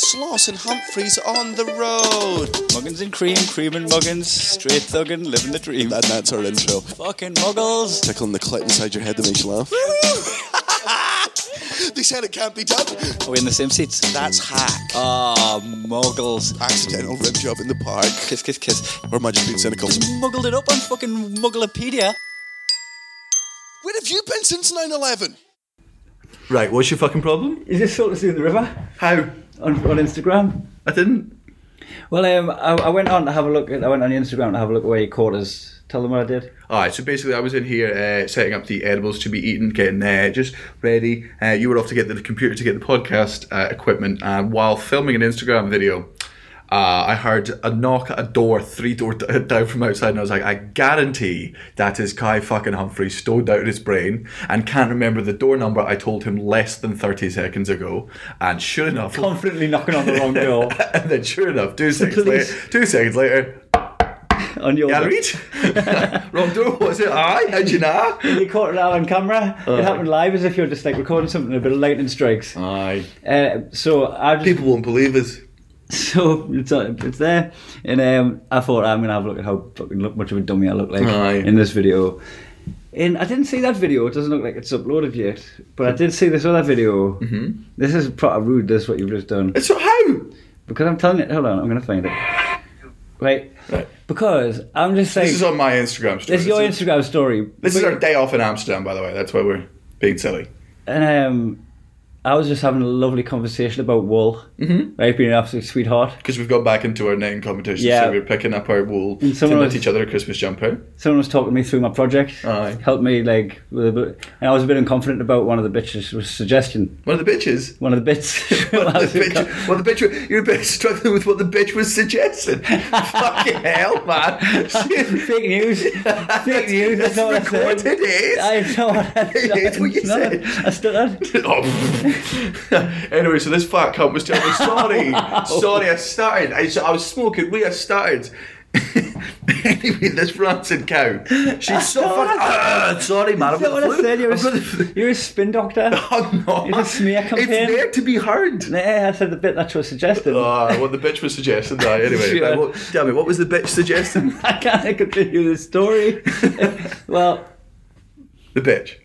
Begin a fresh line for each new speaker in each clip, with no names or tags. Sloss and Humphreys on the road.
Muggins and cream, cream and muggins, straight thuggin', living the dream.
And that's our intro.
Fucking muggles.
Tickling the clit inside your head that makes you laugh. they said it can't be done.
Are we in the same seats?
That's hack.
Ah, muggles.
Accidental rim job in the park.
Kiss, kiss, kiss.
Or am I just being cynical?
Muggled it up on fucking Mugglepedia.
Where have you been since 9 11?
Right, what's your fucking problem?
Is this something to do with the river
How?
on, on Instagram?
I didn't.
Well, um, I, I went on to have a look. At, I went on your Instagram to have a look at where you caught us. Tell them what I did.
Alright, so basically, I was in here uh, setting up the edibles to be eaten, getting there, just ready. Uh, you were off to get the computer to get the podcast uh, equipment, and while filming an Instagram video, uh, I heard a knock at a door three door d- down from outside, and I was like, I guarantee that is Kai fucking Humphrey stoned out of his brain and can't remember the door number I told him less than 30 seconds ago. And sure enough,
Confidently knocking on the wrong door
and then sure enough, two seconds
police.
later, two seconds later,
on your.
Yeah, reach. Wrong door, what's it? Aye, how'd you know?
You caught it out on camera.
Uh.
it happened live as if you're just like recording something. A bit of lightning strikes.
Aye.
Uh, so I just
People won't believe us.
so it's, uh, it's there, and um, I thought I'm gonna have a look at how fucking look much of a dummy I look like
Aye.
in this video. And I didn't see that video. It doesn't look like it's uploaded yet, but I did see this other video. Mm-hmm. This is proper rude. This what you've just done.
So how?
Because I'm telling it. Hold on, I'm gonna find it. Right.
Right.
Because I'm just saying.
This is on my Instagram story.
it's your
This is-
Instagram story.
This is our day off in Amsterdam, by the way. That's why we're being silly.
And um, I was just having a lovely conversation about wool. Mm-hmm. Right, being an absolute sweetheart.
Because we've gone back into our knitting competition,
Yeah.
so we're picking up our wool to
And someone
knit
was-
each other a Christmas jumper.
Someone was talking me through my project.
Aye.
Helped me like with a bit, and I was a bit unconfident about one of the bitches was suggestion.
One of the bitches.
One of the bits.
What the bitch? What the bitch? were- You're a bit struggling with what the bitch was suggesting. Fucking hell, man!
Fake news. Fake news.
That's
That's not what I
recorded.
said.
It is.
I know what I said.
It's what you
No,
said.
I stuttered.
Oh. anyway, so this fat cunt was telling me, sorry, sorry, I started. I, I was smoking weed, I started. anyway, this rancid cow, she's so fucking. "Ah, sorry, man. I've
Is that
got
what
the
I
flu.
said? You're a,
I've got the flu." Oh,
s- you're a spin doctor.
I'm not.
It's a smear
It's
campaign.
there to be heard.
Nah, I said the bit that was suggested.
Ah, what the bitch was suggesting. Nah, anyway,
Sure.
now what, tell me, what was the bitch suggesting?
I can't continue the story. well,
the bitch.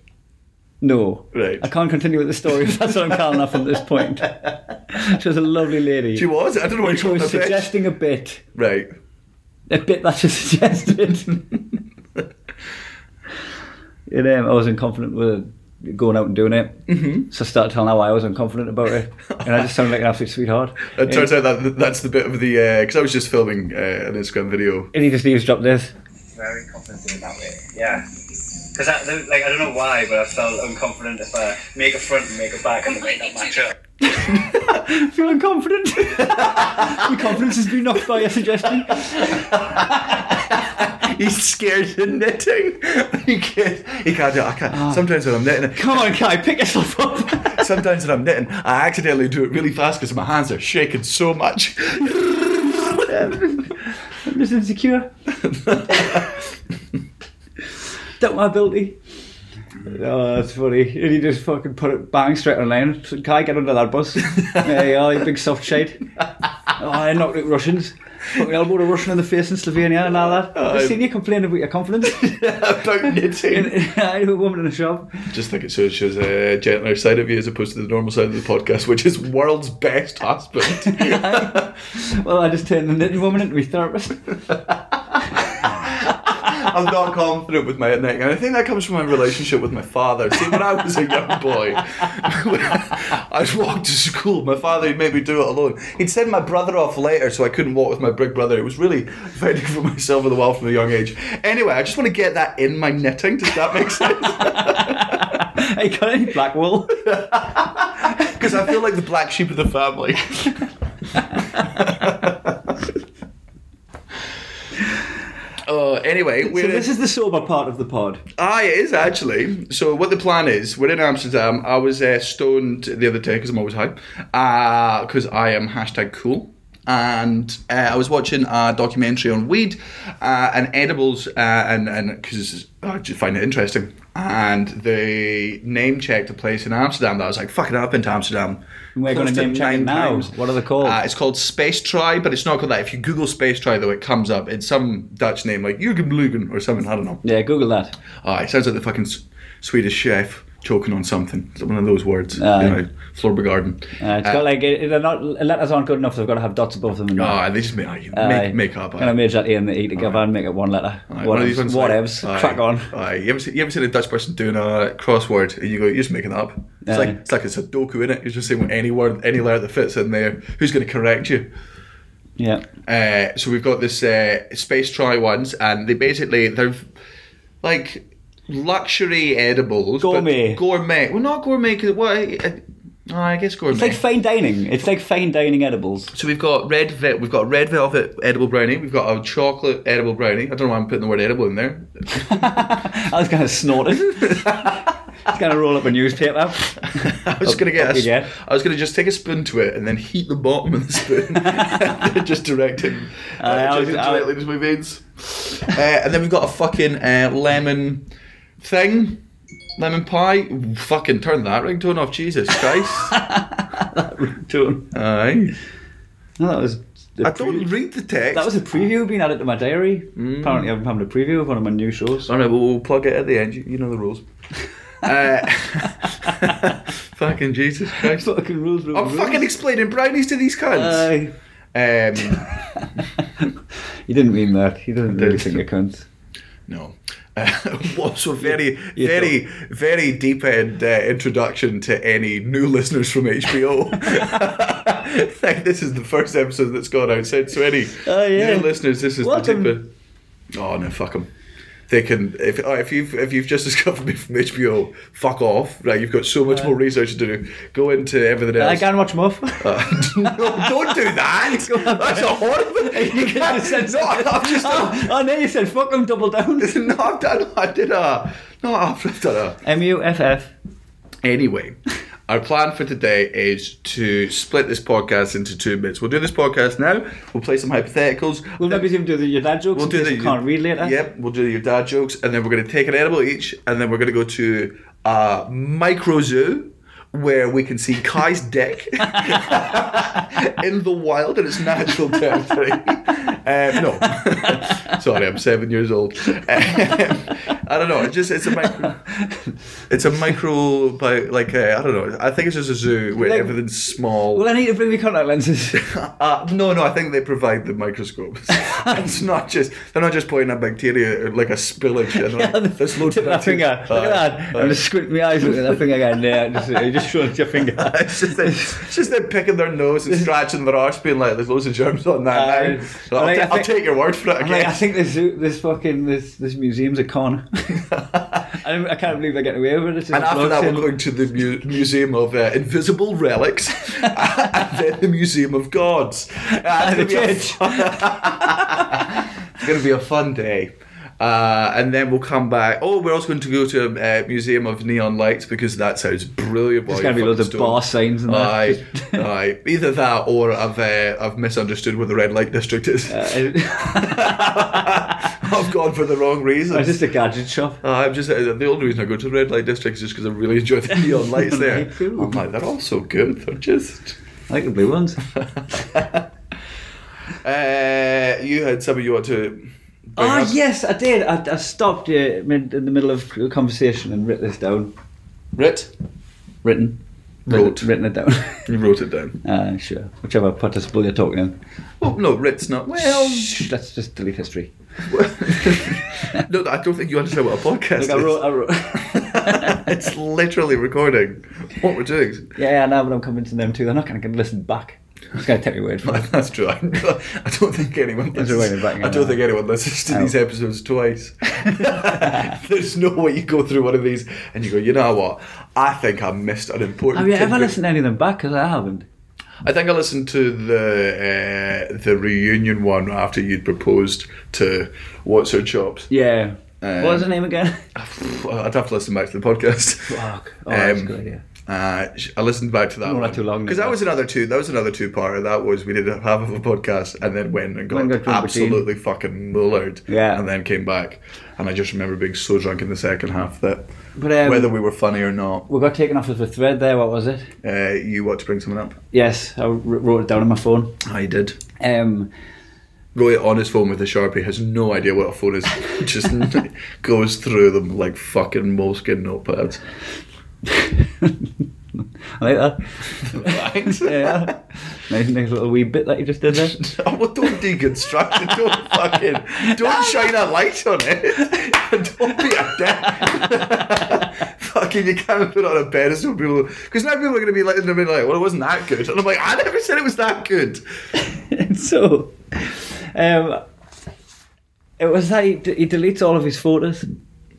no.
Right.
I can't continue with the story if that's what I'm calling off at this point. She was a lovely lady.
She was. I don't know what
She
you
was
was the bitch.
suggesting a bit.
Right.
A bit that she suggested. and um, I was unconfident with going out and doing it. Mm-hmm. So I started telling her why I was unconfident about it. And I just sounded like an absolute sweetheart.
It turns out that that's the bit of the because I was just filming uh, an Instagram video.
And he just eavesdropped this.
very confident in that way. Yeah. Because I, don't- like, I don't know why, but I felt unconfident if I make a front and make a back and it might not match up.
I feel unconfident. Your confidence has been knocked by your suggestion.
He's scared of knitting. He can't. He can't do it. I can't. Sometimes when I'm knitting,
Come on, Kai, pick yourself up.
sometimes when I'm knitting, I accidentally do it really fast because my hands are shaking so much.
I'm just insecure. Doubt my ability. Oh, that's funny. And he just fucking put it bang straight on line. Kai, get under that bus. there you are, you big soft shade. Oh, I knocked out Russians. Fucking elbowed a Russian in the face in Slovenia and all that. I've
Oh.
seen you complain about your confidence.
About knitting.
I knew a woman in a shop.
Just think it shows, shows a gentler side of you as opposed to the normal side of the podcast, which is world's best husband.
Well, I just turned the knitting woman into my therapist.
I'm not confident with my knitting, and I think that comes from my relationship with my father. See, when I was a young boy, when I- I'd walk to school. My father would make me do it alone. He'd send my brother off later, so I couldn't walk with my big brother. It was really finding for myself in the wild from a young age. Anyway, I just want to get that in my knitting. Does that make sense?
Hey, got any black wool?
Because I feel like the black sheep of the family. Oh, anyway, we're
So
in-
this is the sober part of the pod.
Aye, Ah, it is actually. So what the plan is? We're in Amsterdam. uh, I was uh, stoned the other day because I'm always high. Because I am hashtag cool. and uh, I was watching a documentary on weed uh, and edibles, uh, and and because I just find it interesting. And they name checked a place in Amsterdam that I was like, "Fucking, I've been to Amsterdam."
We're gonna
close to
name check it
nine
now. What are they called?
Uh, it's called Space Try, but it's not called that. If you Google Space Try, though, it comes up. It's some Dutch name like Jurgen Blugen or something. I don't know.
Yeah, Google that.
Ah, it sounds like the fucking S- Swedish chef choking on something. It's one of those words. you know, Florbegarden.
Uh, it's got like it, they're not letters aren't good enough. They've got to have dots above them. And
Ah, they just make, ah, you make, make up.
Gonna merge that E and the E together and make it one letter.
Aye, one of these
whatevs.
ones
Whatevs.
like- aye,
Crack on.
aye. You ever see, you ever seen a Dutch person doing a crossword and you go, you're just making it up. It's
Aye.
like it's like it's a doku in it. You're just saying any word, any letter that fits in there. Who's going to correct you?
Yeah.
Uh, so we've got this uh, space try ones, and they basically they're like luxury edibles, but
Gourmet.
gourmet. Well, not gourmet because what? I, oh, I, I guess gourmet.
It's like fine dining. It's like fine dining edibles.
So we've got red vet, we've got red velvet edible brownie, we've got a chocolate edible brownie. I don't know why I'm putting the word edible in there.
I was gonna snort it. It's gonna roll up a newspaper.
I was gonna get.
up
A,
you get.
I was gonna just take a spoon to it and then heat the bottom of the spoon, and just direct it. Uh,
I was-
just
I-
directly into my veins. Uh, and then we've got a fucking uh, lemon thing, lemon pie. Fucking turn that ringtone off, Jesus Christ!
Tune.
Aye.
No, that was.
I don't read the text.
That was a preview being added to my diary.
Mm.
Apparently, I'm having a preview of one of my new shows.
I know, but we'll plug it at the end. You, you know the rules. uh, fucking Jesus Christ!
Fucking rules, rules,
I'm
rules.
fucking explaining brownies to these cunts.
Aye.
um,
He didn't mean that. He doesn't really
did.
think it counts.
No. Uh, also, very,
you
very, very deep end uh, introduction to any new listeners from HBO. like, this is the first episode that's gone out since. So, any
Oh, yeah.
new listeners, this is
Welcome.
the deep end. Oh, no, fuck them. They can if oh, if you've if you've just discovered me from HBO, fuck off. Right, you've got so much more research to do. Go into everything
I
else.
can watch Muff.
Uh, no, don't do that. That's a horrible. You can't. No, I've just.
oh, oh, no, you said fuck him, double down.
no, I've done. I did a. No, I've done a.
M U F F.
Anyway, our plan for today is to split this podcast into two bits. We'll do this podcast now. We'll play some hypotheticals.
We'll maybe even do the your dad jokes.
We'll
in case you can't read later.
Yep, we'll do your dad jokes, and then we're going to take an edible each, and then we're going to go to a micro zoo where we can see Kai's dick in the wild in its natural territory. Um, no, sorry, I'm seven years old. Um, I don't know. It just it's a micro. It's a micro, but like uh, I don't know. I think it's just a zoo where
Like-
everything's small.
Well, I need to bring me contact lenses.
Uh, no, no, I think they provide the microscopes. it's not just they're not just pointing at bacteria or like a spillage. And like, there's loads
Tip
of
that
bacteria."
finger. Look at that. I'm just squinting my eyes looking at that finger again. Yeah, just, you just showed your finger.
Uh, it's just them, it's just them picking their nose and scratching their arse, being like, "There's loads of germs on that."
Aye.
now. So I'll,
Like, I
ta- I'll
think-
take your word for it.
I'm like, I
Again.
think this zoo- this fucking this this museum's a con. I, I can't believe they're getting away with it. It's just
And after
locked
that,
in.
we're going to the mu- Museum of uh, Invisible Relics, and then the Museum of Gods. Uh, it's gonna
the
be a
church.
fun- it's going to be a fun day. Uh, and then we'll come back. Oh, we're also going to go to a uh, Museum of Neon Lights because that sounds brilliant.
There's gonna be loads of bar signs and that.
Aye, aye. Either that or I've, uh, I've misunderstood what the red light district is.
Uh.
I've gone for the wrong reason.
it's just a gadget shop.
Uh, I'm just uh, the only reason I go to the red light district is just because I really enjoy the neon lights there.
Me too.
I'm like, they're all so good. They're just.
I like the blue ones. Ah,
Uh, you had some of you want to. bring
Ah,
up-
yes, I did. I, I stopped you mid, in the middle of a conversation and writ this down.
Writ.
Written.
Wrote.
Written it down.
You wrote it down.
uh, sure. Whichever participle you're talking in.
Oh no, writ's not. Well,
Shh, let's just delete history.
no, I don't think you understand what a podcast
Look, I wrote. I wrote.
is. it's literally recording what we're doing.
yeah, yeah, I know, but I'm convincing them too. They're not going to listen back. I'm just going to take your word for it.
That's true. I, I don't think anyone.
There's a way of
Listens,
backing
I
it
don't
up.
think anyone listens to
Oh.
these episodes twice. There's no way you go through one of these and you go, you know what? I think I missed an important.
Have you ever
tidbit."
listened to any of them back? Because I haven't.
I think I listened to the uh, the reunion one after you'd proposed to What's Her Chops.
Yeah.
Um,
what was her name again?
I'd have to listen back to the podcast.
Fuck. Oh,
Um,
that's a good idea.
Uh, sh- I listened back to that.
Not too long,
because
no.
that was another two. That was another two parter. That was we did a half of a podcast and then went and got
Went and got drunk with
absolutely fucking mullered.
Yeah.
and then came back. And I just remember being so drunk in the second half that
But um,
whether we were funny or not,
we got taken off as a thread there. What was it?
uh, you want to bring something up?
Yes, I wr- wrote it down on my phone.
I did.
Um,
Roy on his phone with a sharpie has no idea what a phone is. Just goes through them like fucking moleskin notepads.
I like that. yeah, nice, nice little wee bit that you just did there.
Oh, well, don't deconstruct it. Don't fucking don't shine a light on it. And don't be a dick. fucking, you can't put it on a pedestal. People, because now people are going to be like, in the middle, like, well, it wasn't that good. And I'm like, I never said it was that good.
so, um, it was that he, d- he deletes all of his photos.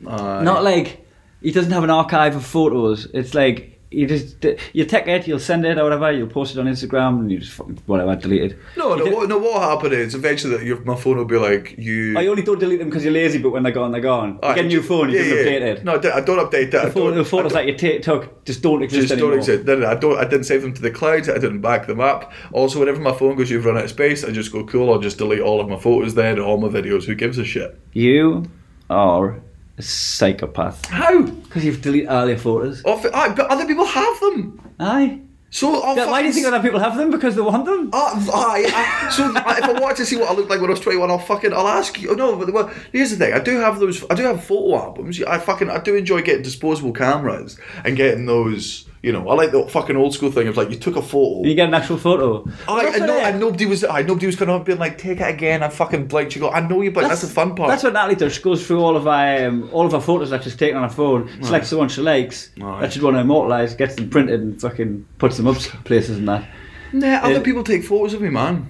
Uh,
Not like he doesn't have an archive of photos. It's like you just d- you take it, you'll send it or whatever, you'll post it on Instagram, and you just fucking whatever delete it.
no,
You
no,
did-
what, no. What happened is eventually that your, my phone will be like, you.
I only don't delete them because Oh, you're lazy, but when they're gone, they're gone. You
Alright,
get a new phone, you
yeah,
can
yeah.
update it.
No, I don't, I don't update that. I
the, pho-
don't-
the
I
photos
don't-
that you ta- took just don't exist
just
anymore.
don't exist. No, no, I don't. I didn't save them to the cloud. I didn't back them up. Also, whenever my phone goes, you've run out of space. I just go cool. I'll just delete all of my photos then, all my videos. Who gives a shit?
You are a psychopath
How?
because you've deleted earlier photos.
Off, ah, but other people have them.
Aye.
So oh,
Yeah, why do you think other people have them? Because they want them.
Oh, I, I, so I- if I wanted to see what I looked like when I was 21, I'll fucking I'll ask you. Oh, no, but well, here's the thing. I do have those. I do have photo albums. I fucking I do enjoy getting disposable cameras and getting those. You know, I like the fucking old school thing of like you took a photo.
You get an actual photo.
I,
That's
and,
what
no,
it-
and nobody was. I nobody was coming up being like, "Take it again." I fucking blanked. You go. I know you, but that's, the fun part.
That's what Natalie does. She goes through all of our um, all of our photos that she's taken on her phone, selects the one she likes
Aye.
that she'd want to immortalise, gets them printed and fucking puts them up places and that.
Nah, other
it-
people take photos of me, man.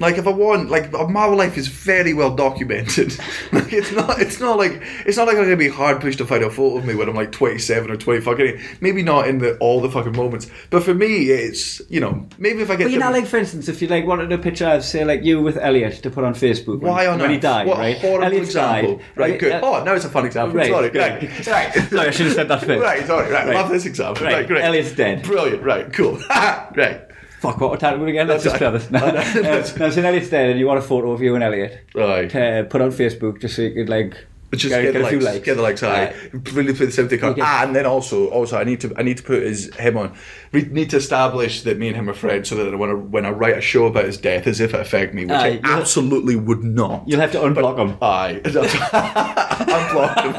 Like if I want, like my life is very well documented. like it's not, it's not like it's not like I'm gonna be hard pushed to find a photo of me when I'm like 27 or 20 fucking. eight. Maybe not in the all the fucking moments, but for me, it's you know maybe if I get.
But you know,
to-
like for instance, if you like wanted a picture of say like you with Elliot to put on Facebook, when,
why on
when
earth?
he died,
what a
right?
horrible
Elliot
example.
died.
Right, good.
Uh,
oh, now it's a fun example.
right,
sorry,
good.
right, right.
Sorry, I should have said that first.
Right, sorry, right.
Right.
Love this example.
Right,
Right, great.
Elliot's dead.
Brilliant, right, cool. right.
Fuck, what title again? Let's just
That's
try
right.
this. No, no, no, no, so Elliot's dead, and you want a photo of you and Elliot
Right.
to put on Facebook just so you could like
Just get, the
a
likes,
few likes. Uh,
Get the likes high.
Right.
Really put the safety card.
Okay.
Ah, and then also, also, I need to, I need to put his him on. We need to establish that me and him are friends, so that when I, when I write a show about his death, as if it affect me, which
Aye,
it
you'll-
absolutely would not.
You'll have to unblock them.
Aye, unblock him,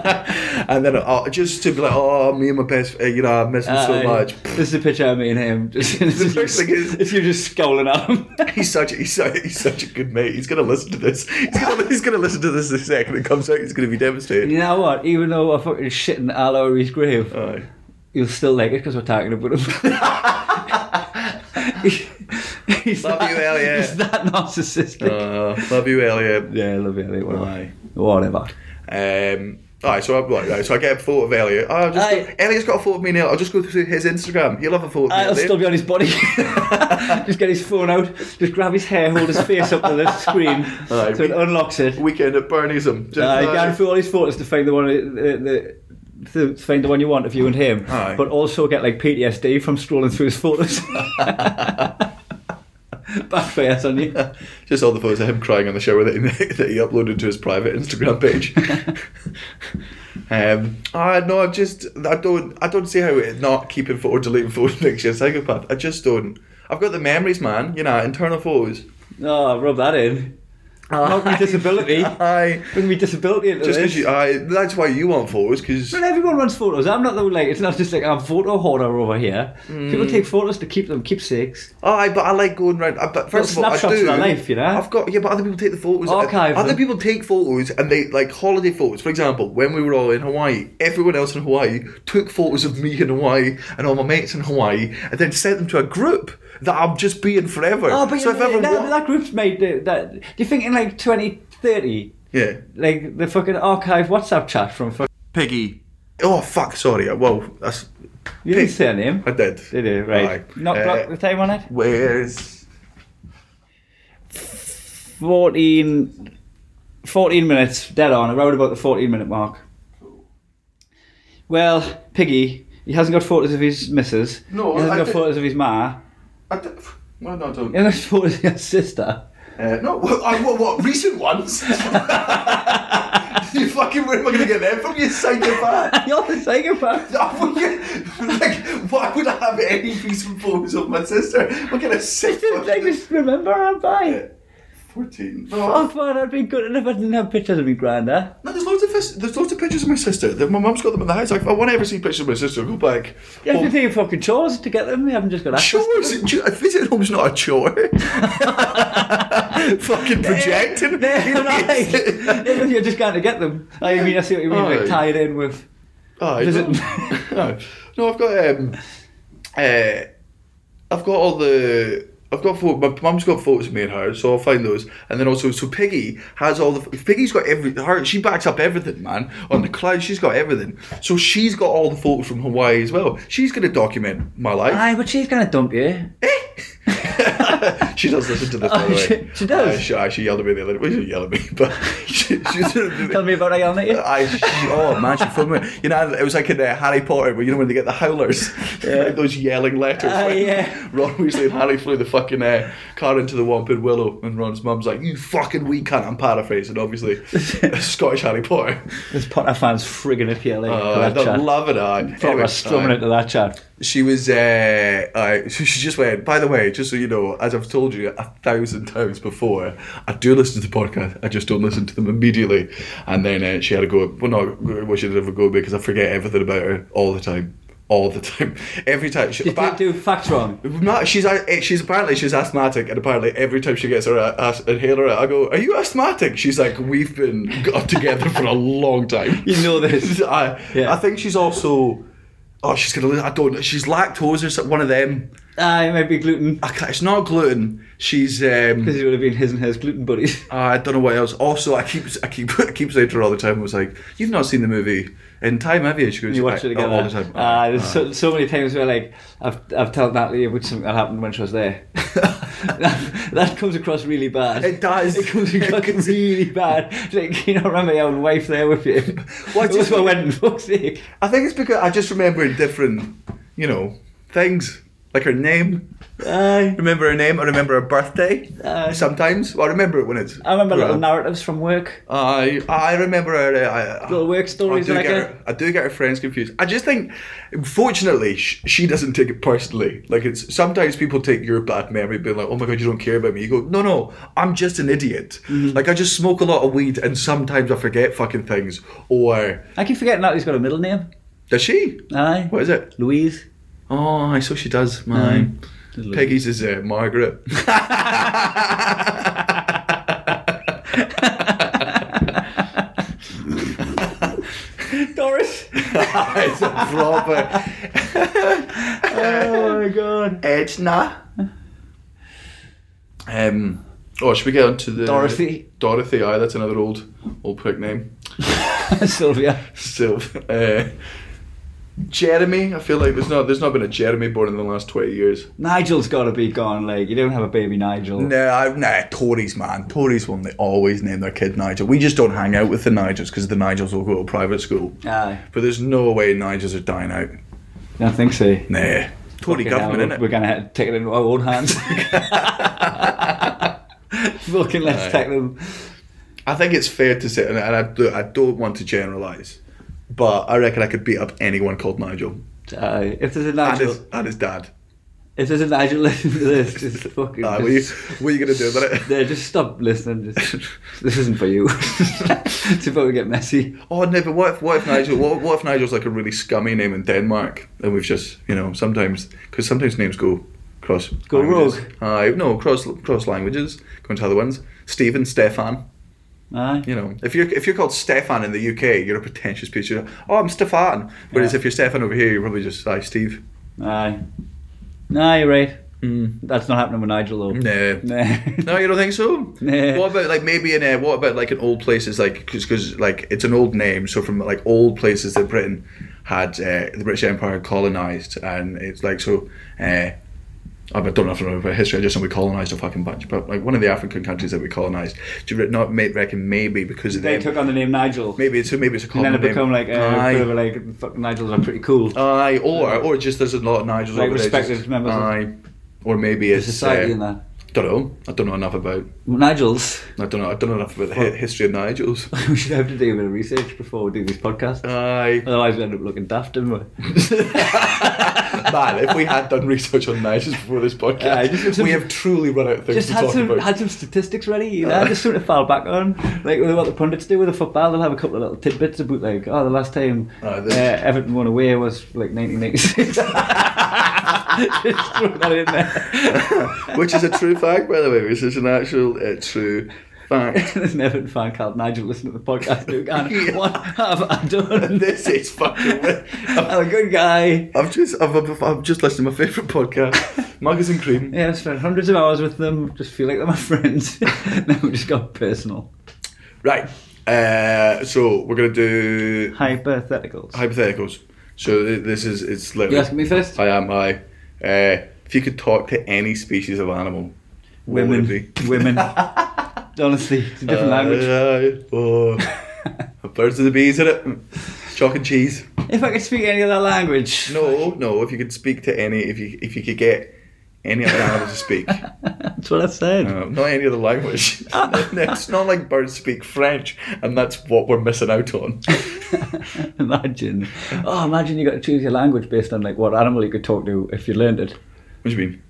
and then I'll, just to be like, oh, me and my best, uh, you know, I miss him so
Aye.
much.
This is a picture of me and him. the
first thing is-
if you're just scowling at him.
He's such a, he's such he's such a good mate. He's gonna listen to this. He's gonna he's gonna listen to this the second it comes out. He's gonna be devastated.
you know what? Even though I fucking shitting all over his grave,
Aye.
you'll still like it because we're talking about him. he's
Love you, Elliot.
He's that narcissistic.
Uh, love you, Elliot.
yeah, I love you, Elliot. Whatever.
Aye.
Whatever.
Um, alright, so I right, right, so I get a photo of Elliot. Oh, I'll just
Aye.
go, Elliot's got a photo of me now. I'll just go through his Instagram. He'll have a photo. Of me
I'll
there.
still be on his body. just get his phone out, just grab his hair, hold his face up to the screen,
Aye,
so it
we-
unlocks it.
Weekend at Bernie's. Um,
Uh, I ran through all his photos to find the one uh, the, the, to find the one you want of you and him,
Aye.
but also get like PTSD from scrolling through his photos. Backfires on you.
just all the photos of him crying on the shower that he, that he uploaded to his private Instagram page. um, I no, I just I don't I don't see how it, not keeping photo deleting photos makes you a psychopath. I just don't. I've got the memories, man. You know, internal photos.
Oh, rub that in. Not my disability.
I
Bring me disability into
just
this.
because you, I that's why you want photos because
But everyone runs photos. I'm not the like. It's not just like I'm photo hoarder over here. People take photos to keep them keepsakes.
Aye, but I like going round. I- But first of all, I
snapshots of
do.
their life, you know?
I've got yeah, but other people take the photos. Uh,
Archive
Other
them.
people take photos and they like holiday photos. For example, when we were all in Hawaii, everyone else in Hawaii took photos of me in Hawaii and all my mates in Hawaii, and then sent them to a group that I'll just be in forever.
Oh, but
so
you,
if ever
that,
wa-
that group's made the- that. Do you think in like 2030,
yeah,
like the fucking archive WhatsApp chat from fucking.
Piggy. Oh fuck! Sorry. Well, that's
You didn't say a name.
I did.
Did you? Right.
Aye.
Not
Uh,
block the time on it?
Where's
14, 14 minutes dead on, around about the 14 minute mark. Well, Piggy, He hasn't got photos of his missus.
No,
he hasn't
I
got
did-
photos of his ma.
I d- well, no, I don't.
He hasn't got photos of his sister.
Uh, no, what, I- what, what, recent ones? you fucking, where am I going to get them from, you psychopath?
You're a psychopath.
I wouldn't- like, why would I have any recent photos of my sister? What kind of sick
I
fucking...
just remember her by.
14.
Oh,
No,
man, I'd be good enough if I didn't have pictures of my granddad.
no, there's loads of fis- there's loads of pictures of my sister. That My mum's got them in the house. Like, if I want to ever see pictures of my sister, go back. Oh,
You have
home.
to do your fucking chores to get them. You haven't just got access.
Chores? A visit home's not a chore. Fucking projecting.
They're like, you're just going to get them. I mean, I see what you mean.
Aye.
Like tied in with.
Oh,
Visit-
no. no, I've got um, uh, I've got all the. I've got photo, my mum's got photos of me and her, so I'll find those. And then also, so Piggy has all the Piggy's got every her. She backs up everything, man. On the cloud, she's got everything. So she's got all the photos from Hawaii as well. She's gonna document my life.
Aye, but she's going to dump you.
Eh? she does listen to this, by
Oh,
the way.
she- she does?
Uh, she, uh, she yelled at me the other day. Well, she didn't yell at me, but she, she
Tell me about Ayana. you.
I she, oh man, she filmed it. You know, it was like in uh, Harry Potter, where you know when they get the howlers, like those yelling letters.
Ah,
like,
yeah.
Ron Weasley and Harry flew the fucking uh, car into the Wamped Willow, and Ron's mum's like, "You fucking wee cunt." I'm paraphrasing, obviously, Scottish Harry Potter.
There's Potter fans frigging at you. Like, for
Uh,
that
they're
chat.
loving it. aye.
Potter
Anyway, uh,
strumming
aye.
into that chat.
She was. Uh, I, she just went. By the way, just so you know, as I've told you a thousand times before, I do listen to the podcast. I just don't listen to them immediately. And then uh, she had a go. at- Well, not well, she didn't have a go at me because I forget everything about her all the time, all the time, every time. She,
You can't do facts wrong.
Ma- she's a- eh, she's apparently she's asthmatic, and apparently every time she gets her a- as- inhaler out, I go, "Are you asthmatic?" She's like, "We've been got together for a long time."
You know this.
I,
Yeah.
I think she's also. Oh, she's gonna. lose- I don't. She's lactose or some, one of them.
Aye, maybe gluten.
I can't, it's not gluten. She's. Um,
Because it would have been his and hers gluten buddies.
I don't know what else. Also, I keep I keep I keep saying to her all the time. I was like, "You've not seen the movie in time, have you?" She goes,
You watch
"I- oh,
it together.
all the time."
Ah, there's so, so many times where like I've I've told Natalie about something that happened when she was there. that, that comes across really bad.
It does.
It comes across really bad. It's Like you know, remember your own wife there with you.
Well, I
It was
just-
my wedding? Fuck's sake.
I think it's because I just remember different, you know, things like her name.
Aye.
Remember her name. I remember her birthday.
Aye.
sometimes well, I remember it when it's.
Uh. I remember little
grown.
narratives from work,
I I remember her. Uh, I,
little work
I
stories.
do,
like
get
a-
her, I do get her friends confused. I just think, fortunately, sh- she doesn't take it personally. Like it's sometimes people take your bad memory, being like, "Oh my god, you don't care about me." You go, "No, no, I'm just an idiot.
Mm-hmm.
Like I just smoke a lot of weed, and sometimes I forget fucking things." Or
I keep forgetting Natalie's got a middle name.
does she?
Aye.
What is it?
Louise.
Oh, I so she does. My Peggy's is uh, Margaret.
Doris.
it's a proper.
oh my god.
Edna. Um. Oh, should we get on to the
Dorothy.
Dorothy, aye, that's another old, old prick name. Eh.
Sylvia.
Still, uh, Jeremy. I feel like there's not there's not been a Jeremy born in the last twenty years.
Nigel's got to be gone. Like you don't have a baby Nigel.
No, I, nah, Tories, man. Tories one. They always name their kid Nigel. We just don't hang out with the Nigels because the Nigels all go to private school.
Aye.
But there's no way Nigels are dying out.
I don't think so.
Nah, Tory
Fucking hell,
government, innit?
we're- We're going to have to take it into our own hands. Fucking let's
Aye.
take them.
I think it's fair to say, and I, look, I don't want to generalise, but I reckon I could beat up anyone called Nigel
Aye. if there's a
and
Nigel,
his, and his dad.
if there's a Nigel listening to this, just fucking.
Uh, what, are you,
just-
what are you going to do about it?
No, just stop listening. Just, this isn't for you. it's about to get messy.
Oh no, but what if what if Nigel? What, what if Nigel's like a really scummy name in Denmark, and we've just you know sometimes because sometimes names go cross
Go
languages. Uh, no, cross cross languages. Go into other ones. Stephen, Stefan.
Aye.
You know, if you're if you're called Stefan in the UK, you're a pretentious piece. You're, oh, I'm Stefan. Whereas
Yeah.
if you're Stefan over here, you're probably just I Steve.
Aye. No, you're right.
Mm.
That's not happening with Nigel though.
Nah.
Nah.
No, you don't think so?
Nah.
What about like maybe in uh, what about like in old places like because like it's an old name, so from like old places that Britain had uh, the British Empire colonized, and it's like so. Uh, I don't know if I know about history. I just know we colonised a fucking bunch, but like one of the African countries that we colonised. Do you re- not make, reckon maybe because of
They
them?
took on the name Nigel.
maybe it's maybe it's a
and
common
then it become
name. Oh,
like, uh,
Aye.
bit of a, like, fuck, Nigels are pretty cool.
Aye, or or just there's a lot of Nigels
Like
over there,
respected
just-
members of-
Aye, or maybe
The
it's
society
uh,
and that.
Don't know. I don't know enough about.
Nigels.
I don't know. I don't know enough about the hi- history of Nigels.
we should have to do a bit of research before we do this podcast.
Aye,
Otherwise, we end up looking daft, don't we?
man. If we had done research on Nigels before this
Aye,
podcast,
just-
we have truly run out of things
Just
to
had
talk
some
about. Uh,
had some statistics ready, you know, just something to fall back on. Like what the pundits do with the football, they'll have a couple of little tidbits about like, oh, the last time
Oh,
uh,
this-
Everton won away was like 1986. just throw that in there.
which is a true fact, by the way. Which is an actual uh, true fact.
There's an Everton fan called Nigel listening to the podcast. Duke, and
Yeah.
what have I done?
This is fucking wi-
I'm a good guy.
I've just I've, I've, I've just listened to my favourite podcast, Muggers and Cream.
Yeah, I've spent hundreds of hours with them. Just feel like they're my friends. now we just got personal.
Right. Uh, so we're gonna do
Hypotheticals.
hypotheticals. So th- this is it's
you
literally.
asking me first?
I am. I. Uh, if you could talk to any species of animal, what would it be?
Women. Honestly, it's a different language.
Uh, oh. Birds and the bees in it. Chalk and cheese.
If I could speak any other language.
No, no. If you could speak to any, if you if you could get any other animal to speak,
That's what I said.
Uh, not any other language. it's not like birds speak French, and that's what we're missing out on.
imagine. Oh, imagine you got to choose your language based on like what animal you could talk to if you learned it.
What do you mean?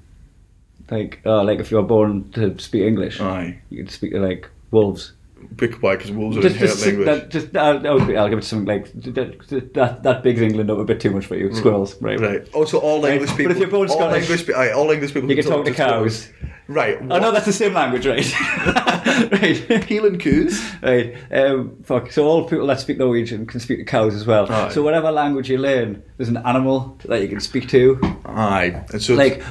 Like, uh, like if you were born to speak English,
Aye,
you could speak to like wolves.
pick why because wolves are
Just,
inherent
just
language.
that, just I'll, I'll, I'll give it something like that. That, that bigs England up a bit too much for you. Squirrels, right?
Mm. Right. Also, Oh, all
Right,
English
but
people.
if you're born
all
Scottish,
English, pe- aye, all English people.
You
can
could talk to
Scots.
cows.
Right.
Oh no,
what-
that's the same language, right? right.
Heel and coos.
Right. Um, fuck. So all people that speak Norwegian can speak to cows as well.
Aye.
So whatever language you learn, there's an animal that you can speak to.
Aye. And so,
Like,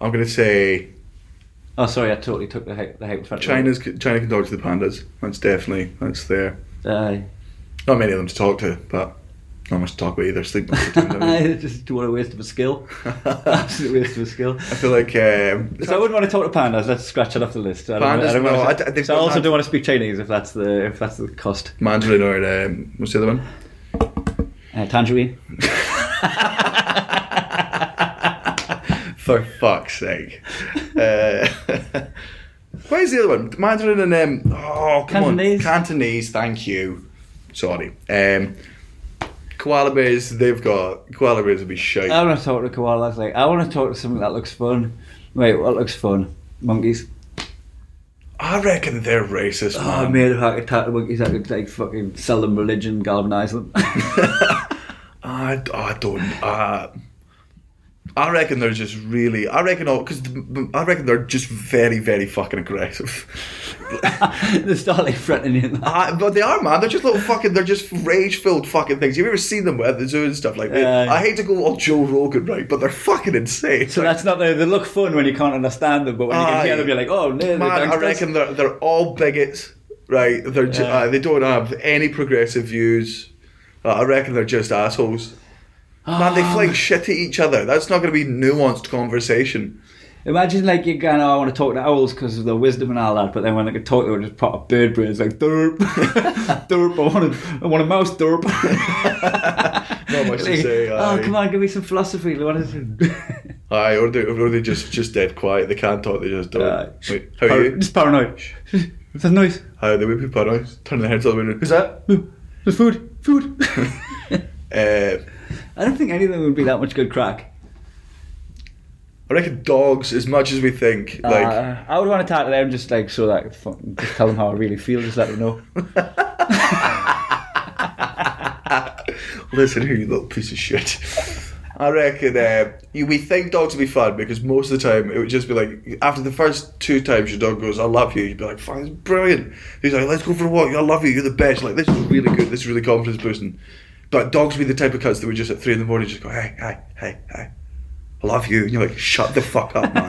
I'm gonna say
oh, sorry, I totally took the hype. The hype front.
China's China can talk to the pandas. That's definitely that's there.
Aye.
Not many of them to talk to, but not much to talk about either. Sleep. most of the time, don't you?
Aye, Just what a waste of a skill. Absolute waste of a skill.
I feel like um,
So I wouldn't want to talk to pandas. Let's scratch it off the list. I don't,
Pandas,
I don't wanna
no,
say-
I d- they've
so I
got
also
that-
don't want to speak Chinese if that's the if that's the cost.
Mandarin or um, what's the other one?
Uh, tangerine.
For fuck's sake. Uh, what is the other one? Mandarin and um, oh come
Cantonese.
on, Cantonese. Thank you. Sorry. Um, koala bears. They've got koala bears would be shite.
I want to talk to koalas. Like I want to talk to something that looks fun. Wait, what looks fun? Monkeys.
I reckon they're racist,
Oh,
man.
man, if I could talk to monkeys, I could like fucking sell them religion, galvanize them.
I, I don't. Uh, I reckon they're just really. I reckon all because I reckon they're just very, very fucking aggressive.
they start like threatening you. and that.
Uh, but they are, man. They're just little fucking. They're just rage-filled fucking things. You've ever seen them at the zoo and stuff like that.
Aye.
I hate to go all Joe Rogan, right? But they're fucking insane.
So that's not the, they look fun when you can't understand them, but when you can hear
Aye.
them, you're like, oh no, they're
man. I
gangsters.
reckon they're they're all bigots, right? They're ju-
Yeah.
uh, they don't have any progressive views. Uh, I reckon they're just assholes. Man, they
Ah.
fling shit at each other. That's not going to be nuanced conversation.
Imagine like you're going, oh, I want to talk to owls because of their wisdom and all that, but then when I could talk, they were just part of bird brains, like derp, derp. I want a, I want a mouse derp.
Not much to say.
oh,
aye.
come on, give me some philosophy. What is it?
Aye, or they, or they just just dead quiet. They can't talk. They just don't.
Aye.
Wait, how are
Par-
you?
Just paranoid. What's that noise?
How they would be paranoid. Turn their heads all the way. around. Who's that?
There's food. Food.
Uh,
I don't think anything would be that much good crack.
I reckon dogs, as much as we think, like
Uh, I would want to talk to them just like so that I could fucking just tell them how I really feel, just let them know.
Listen here, you little piece of shit. I reckon uh, you, we think dogs would be fun because most of the time it would just be like after the first two times your dog goes, "I love you," you'd be like, "Fuck, it's brilliant." He's like, "Let's go for a walk. I love you. You're the best." Like this is really good. This is really confidence boosting. But dogs would be the type of cats that would just at three in the morning just go, "Hey, hey, hey, hey, I love you," and you're like, "Shut the fuck up, man."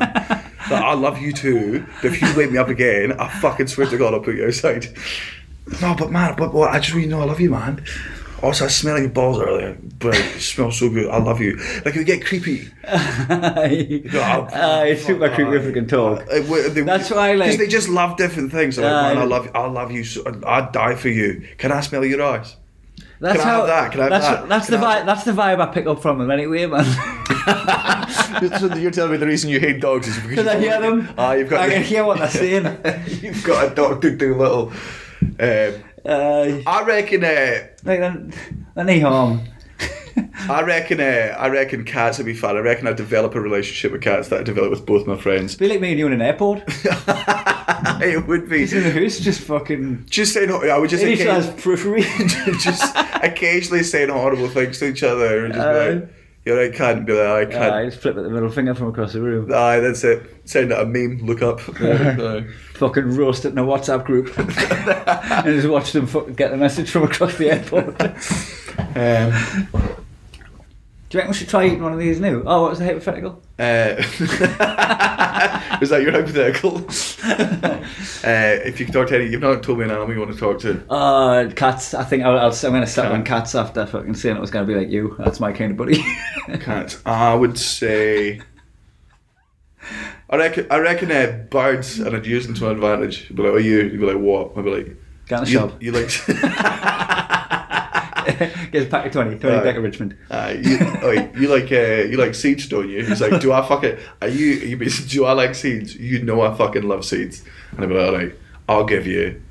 Like, I love you too. But if you wake me up again, I fucking swear to God, I'll put you outside. No, but man, but, but I just really know I love you, man. Also, I smelled your balls earlier, but it smells so good. I love you. Like, it would get creepy. God,
Aye, Ah, it's super creepy if we can talk.
It would- they would-
That's why, like-
Uh,
Ah,
Because they just love different things. They're like,
Aye.
man, I love you. I love you. So, I'd die for you. Can I smell your eyes?
That's
Can I have that? Can I have
that's
that?
that's
Can
the
I have
vibe. That's the vibe I pick up from him anyway, man.
So you're telling me the reason you hate dogs is because
Because I hear them.
Ah, you've got
I
the-
can hear what they're saying.
You've got a Doctor Doolittle. Um,
Aye.
I reckon. Uh,
like then, then he harm.
I reckon. Uh, I reckon cats would be fun. I reckon I'd develop a relationship with cats that I develop with both my friends.
Be like me and you in an airport.
it would be.
He's in the house, just fucking.
Just saying. I would just.
In each
occasion-
other's periphery.
just occasionally saying horrible things to each other and just be
Aye.
like, "You're right, can't be like, I can't."
Aye, just flip at the middle finger from across the room.
Aye, that's it. Send out a meme. Look up. Aye.
fucking roast it in a WhatsApp group and just watch them fucking get the message from across the airport. Do
um,
you reckon we should try eating one of these new? Oh, what was the hypothetical?
uh, was that your hypothetical? uh, if you could talk to any, you've not told me an animal you want to talk to.
Uh, cats. I think I'll, I'll, I'm going to settle on
Cat.
cats after fucking saying it was going to be like you. That's my kind of buddy.
Cats. I would say. I reckon. I reckon uh, birds, and I'd use them to my advantage. I'd be like, "Oh, you?" You'd be like, "What?" I'd be like,
Get in the
"You, you
shop.
like."
Get a pack of 20, 20
Aye.
deck of Richmond.
Uh, you, oi, you like uh, you like seeds, don't you? He's like, do I fucking are you? You be, do I like seeds? You know I fucking love seeds. And I'm like, all right, I'll give you,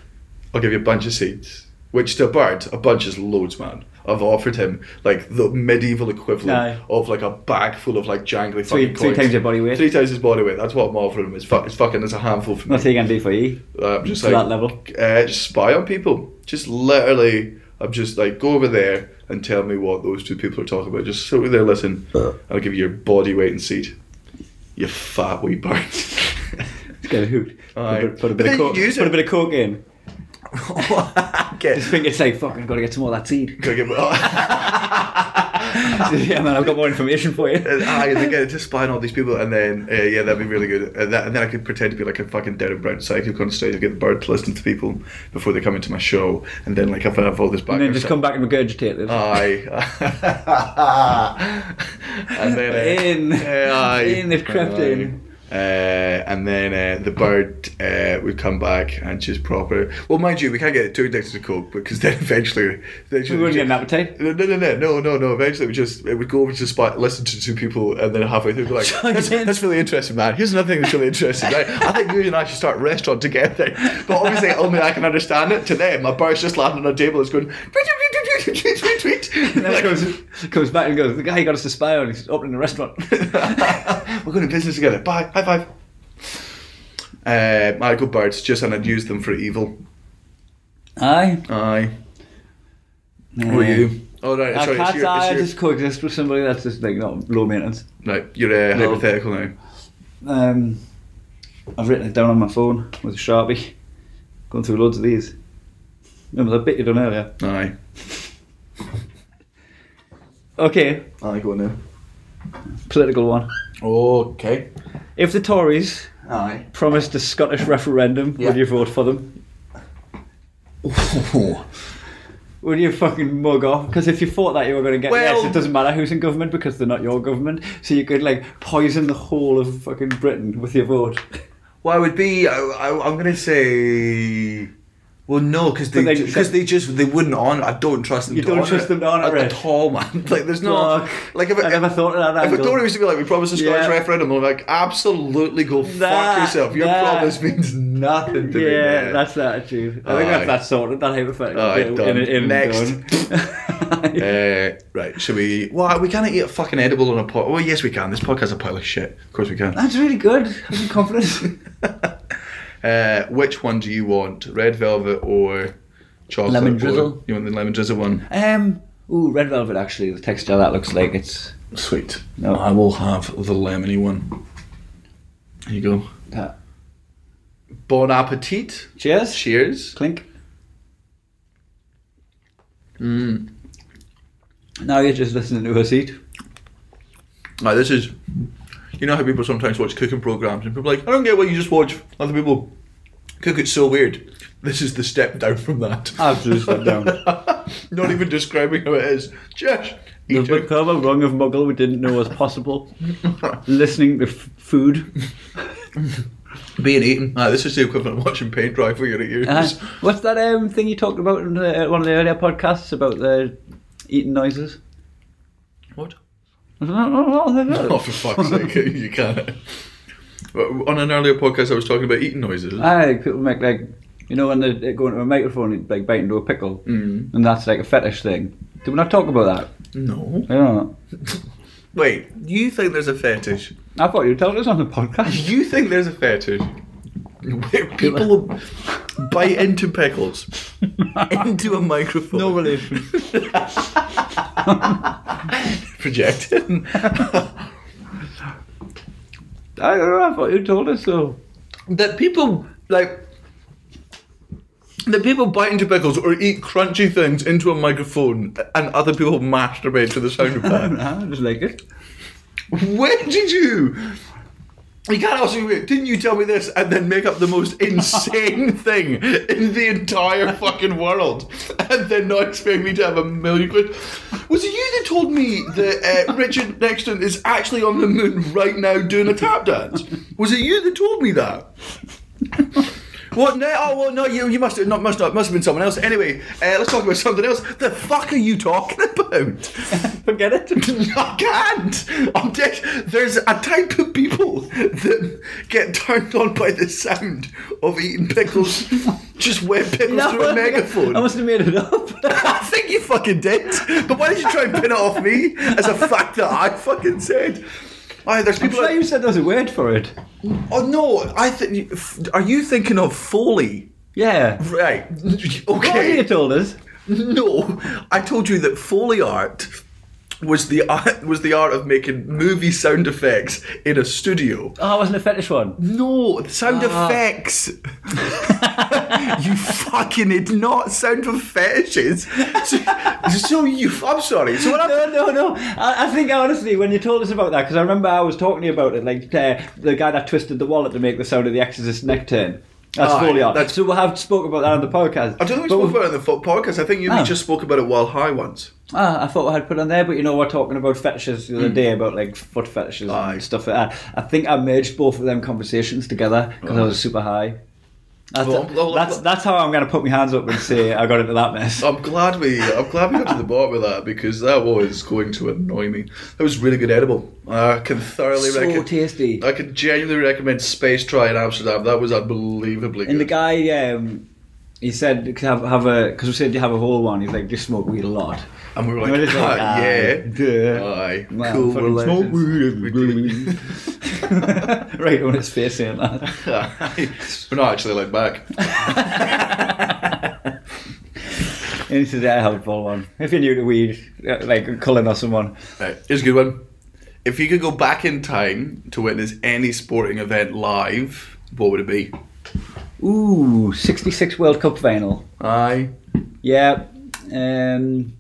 I'll give you a bunch of seeds. Which to a bird, a bunch is loads, man. I've offered him like the medieval equivalent
Aye.
of like a bag full of like jangly
Three-
fucking
three
coins.
times your body weight.
Three times his body weight. That's what I'm offering him. It's, fuck, it's fucking it's a handful for me.
What's he going to do for you?
Uh, I'm just
To
like
that level.
Uh, just spy on people. Just literally, I'm just like go over there and tell me what those two people are talking about. Just sit over there, listen. I'll give you your body weight and seat. You fat wee bird.
Get a hoot. Put a
Aye.
bit- Put a
But
bit of
then you
coke.
use
Put a
it.
bit of coke in.
Get-
His fingers say, "Fucking got to get some more of that seed."
Gotta get my-
yeah, man, I've got more information for you.
And I Ah, think I just spy on all these people, and then uh, yeah, that'd be really good. And, that, and then I could pretend to be like a fucking Derek Brown psychic on stage and get the bird to listen to people before they come into my show. And then like if I have all this back,
And then just come back and regurgitate this.
Ah. Aye. and then uh,
In.
eh, aye.
In, they've crept
Aye.
in.
Uh, and then uh, the bird uh, would come back and she's proper. Well, mind you, we can't get too addicted to coke because then eventually, eventually
we wouldn't get an appetite.
No, no, no, no, no, no, no. Eventually, we just it would go over to the spot, listen to two people, and then halfway through, be like,
Join
that's,
in."
"That's really interesting, man. Here's another thing that's really interesting. Right? I think you and I should start a restaurant together." But obviously, only I can understand it. To them, my bird's just landing on a table. It's going. Tweet, tweet, tweet, tweet, tweet, tweet, tweet.
And then
Like,
comes, comes back and goes, the guy who got us to spy on, he's opening a restaurant.
We're going to business together. Bye. High five. Uh, I go birds just and I'd use them for evil.
Aye.
Aye. Were you? Oh, right.
I
Sorry, it's
can't
your, it's
I
your,
just coexist with somebody that's just like not low maintenance.
right, you're uh,
No.
hypothetical now.
Um, I've written it down on my phone with a sharpie. Going through loads of these. Remember that bit you done earlier?
Aye.
Okay,
Aye, go on now.
political one.
Okay.
If the Tories
Aye.
promised a Scottish referendum,
Yeah.
would you vote for them? Would you fucking mug off? Because if you thought that you were going to get
Well-
yes, it doesn't matter who's in government because they're not your government. So you could like poison the whole of fucking Britain with your vote.
Well, I would be. I, I, I'm going to say. Well, no, because they
But they-
because they just they wouldn't honour. I don't trust them.
You
to
don't
honour
trust
it
them to honour
at,
it.
at all, man. Like there's no
Fuck.
like if it,
I never thought of that
If a
angle.
Tory used to be like, we promised a Scottish
Yeah.
referendum, I'm like, absolutely go
Nah,
fuck yourself. Your
nah.
promise means nothing to me.
yeah,
man.
that's the attitude. I
Aye.
think that's that sorted. That hypothetical.
Aye,
bit
done.
In, in,
Next.
done.
Uh, right, should we? Well, we can't eat a fucking edible on a pod. Oh, yes, we can. This podcast is a pile of shit. Of course, we can.
That's really good. I'm confident.
Uh, which one do you want? Red velvet or chocolate?
Lemon
or-
drizzle.
You want the lemon drizzle one?
um, ooh, red velvet. Actually, the texture of that looks like it's.
Sweet.
No.
I will have the lemony one. Here you go.
that.
Bon appetit.
uh, Cheers.
Cheers.
Clink. Mm. Hmm. Now you're just listening to us eat.
Right, this is. You know how people sometimes watch cooking programs and people are like, I don't get why you just watch other people cook. It's so weird. This is the step down from that.
Absolute step down.
Not even describing how it is. Just
We've
eating.
become a rung of muggle we didn't know was possible. Listening to f- food.
Being eaten. Ah, this is the equivalent of watching paint dry for your ears.
Uh, what's that um, thing you talked about in the, uh, one of the earlier podcasts about the eating noises?
What?
I don't know what they're called.
Oh, for fuck's sake, you can't. Well, On an earlier podcast, I was talking about eating noises.
Aye, people make like you know when they they go into a microphone and like bite into a pickle,
Mm-hmm.
mm. and that's like a fetish thing. Did we not talk about that?
no.
I don't know.
Wait, you think there's a fetish?
I thought you were telling us on the podcast.
You think there's a fetish where people bite into pickles into a microphone?
No relation.
Projecting.
I don't know. I thought you told us so.
that people like that people bite into pickles or eat crunchy things into a microphone and other people masturbate to the sound of that.
I just like it.
When did you? You can't also didn't you tell me this and then make up the most insane thing in the entire fucking world and then not expect me to have a million questions? Was it you that told me that uh, Richard Nixon is actually on the moon right now doing a tap dance? Was it you that told me that? What? No, oh well, no. You, you must have not must not must have been someone else. Anyway, uh, let's talk about something else. The fuck are you talking about?
Forget it.
I can't. I'm just, there's a type of people that get turned on by the sound of eating pickles, just wear pickles through a megaphone.
I
I,
must have made it up.
think you fucking did. But why did you try and pin it off me as a fact that I fucking said? Aye, there's
I'm
people.
sure
That,
you said there's a word for it.
oh no, I think. Are you thinking of Foley?
Yeah.
Right.
What
Okay.
you told us?
No, I told you that Foley art was the art was the art of making movie sound effects in a studio.
Oh, it wasn't a fetish one.
No, sound
Ah.
effects. you fucking did not sound for fetishes. So, so you, I'm sorry. So what I'm
No, no, no. I, I think honestly, when you told us about that, because I remember I was talking to you about it, like uh, the guy that twisted the wallet to make the sound of the Exorcist neck turn. That's
Aye,
Foley art.
Oh, that's-
So we have spoke about that on the podcast.
I don't think we
But
spoke
we've-
about it in the fo- podcast. I think you
Oh.
just spoke about it while high once.
Ah, I thought I had put on there, but you know, we're talking about fetishes the other day about like foot fetishes
Mm. Aye.
and stuff like that. I think I merged both of them conversations together because I was super high. That's,
Well, well,
that's,
well- Oh,
that's how I'm going to put my hands up and say I got into that mess.
I'm glad we I'm glad we got to the bottom of that because that was going to annoy me. That was really good edible. I can thoroughly
So
recommend.
tasty.
I can genuinely recommend Space Try in Amsterdam. That was unbelievably
And the
good.
guy, um, he said, have, have a, because we said you have a whole one, he's like, you smoke weed a lot.
and we were
And we're
like,
just like,
"Ah,
ah,
yeah,
duh.
aye,
Wow,
cool, we're
fucking
like,
smoke weed
every day."
right on its face, ain't that?
we're not actually like back.
And he said, yeah, I have a full one. If you're new to weed, uh, like Cullen or someone.
Right, here's a good one. If you could go back in time to witness any sporting event live, what would it be?
Ooh, 66 World Cup final.
Aye.
Yeah. Um,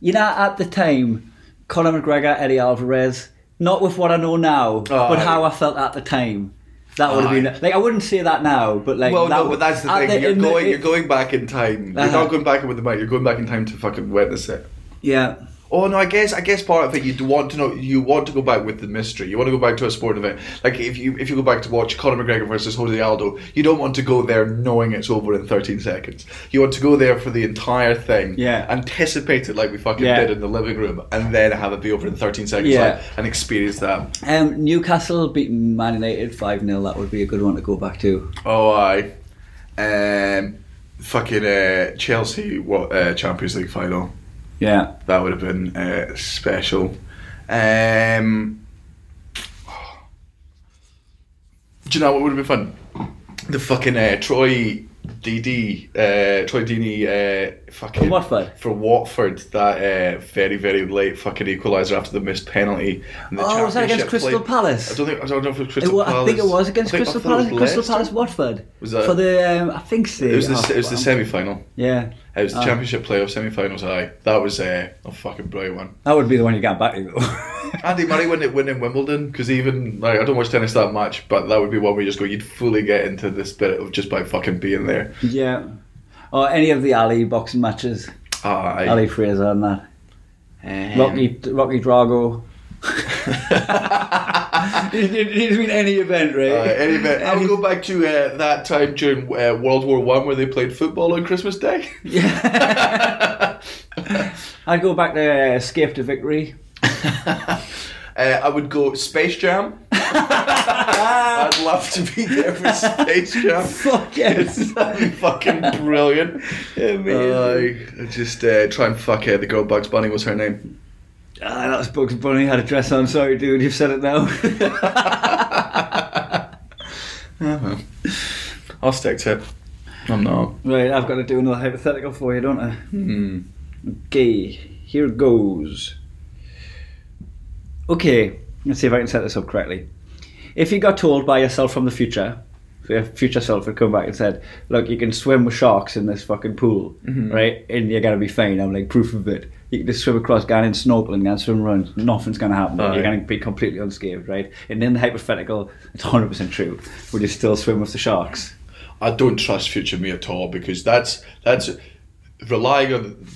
you know, at the time, Conor McGregor, Eddie Alvarez, not with what I know now,
Oh.
but how I felt at the time. That would have been like I wouldn't say that now, but like
Well,
that
no,
would-
but that's the
at
thing. you're
in
going,
the-
you're going back in time. You're
Uh-huh.
not going back with the mic. You're going back in time to fucking witness it.
Yeah,
Oh no, I guess I guess part of it you do want to know you want to go back with the mystery. You want to go back to a sporting event. Like if you if you go back to watch Conor McGregor versus Jose Aldo, you don't want to go there knowing it's over in thirteen seconds. You want to go there for the entire thing.
Yeah.
Anticipate it like we fucking
Yeah.
did in the living room and then have it be over in thirteen seconds
Yeah.
like, and experience that.
um, Newcastle beating Man United five 0 That would be a good one to go back to.
Oh I um fucking uh, Chelsea what uh, Champions League final.
Yeah,
That would have been uh, special. Um, do you know what would have been fun? The fucking uh, Troy DD, uh, Troy Deeney, uh, fucking
For Watford?
for Watford. That uh, very very late fucking equaliser after the missed penalty. in the
Oh, was that against
championship
Crystal
play.
Palace?
I don't think I don't know if it was
it
Crystal
was,
Palace.
I think it was against
I think- I
Crystal
thought it
Palace. Crystal
Leicester.
Palace Watford
Was that-
for the um, I think so.
It was the
Oh,
it was the
wow.
semi final.
Yeah,
It was the
Oh.
championship playoff semi finals. Aye, that was uh, a fucking brilliant one.
that would be the one you got back to though.
Andy Murray wouldn't it win in Wimbledon because even like I don't watch tennis that much, but that would be one where you just go, you'd fully get into the spirit of just by fucking being there.
Yeah. or any of the Ali boxing matches.
Aye.
Ali Fraser and that.
Um,
Rocky, Rocky Drago. It- it- It's been any event, right?
Uh, anyway, I'll go back to uh, that time during uh, World War One where they played football on Christmas Day.
Yeah. I'd go back to uh, Escape to Victory.
Uh, I would go Space Jam. I'd love to be there for Space Jam.
Fuck yes.
That'd be fucking brilliant.
Amazing.
Uh, just uh, try and fuck uh, the girl Bugs Bunny was her name.
Ah, that was Bugs Bunny had a dress on. Sorry, dude, you've said it now.
I'll stick to it. I'm not. Mm.
right, I've got to do another hypothetical for you, don't I? Okay, here goes. Okay, let's see if I can set this up correctly. If you got told by yourself from the future, so your future self had come back and said, Look, you can swim with sharks in this fucking pool,
Mm-hmm.
right? And you're going to be fine. I'm like, proof of it. You can just swim across, going in snorkeling, going swim around. Nothing's going to happen.
Aye.
You're going to be completely unscathed, right? And in the hypothetical, it's 100% true. Would you still swim with the sharks?
I don't trust future me at all because that's that's relying on.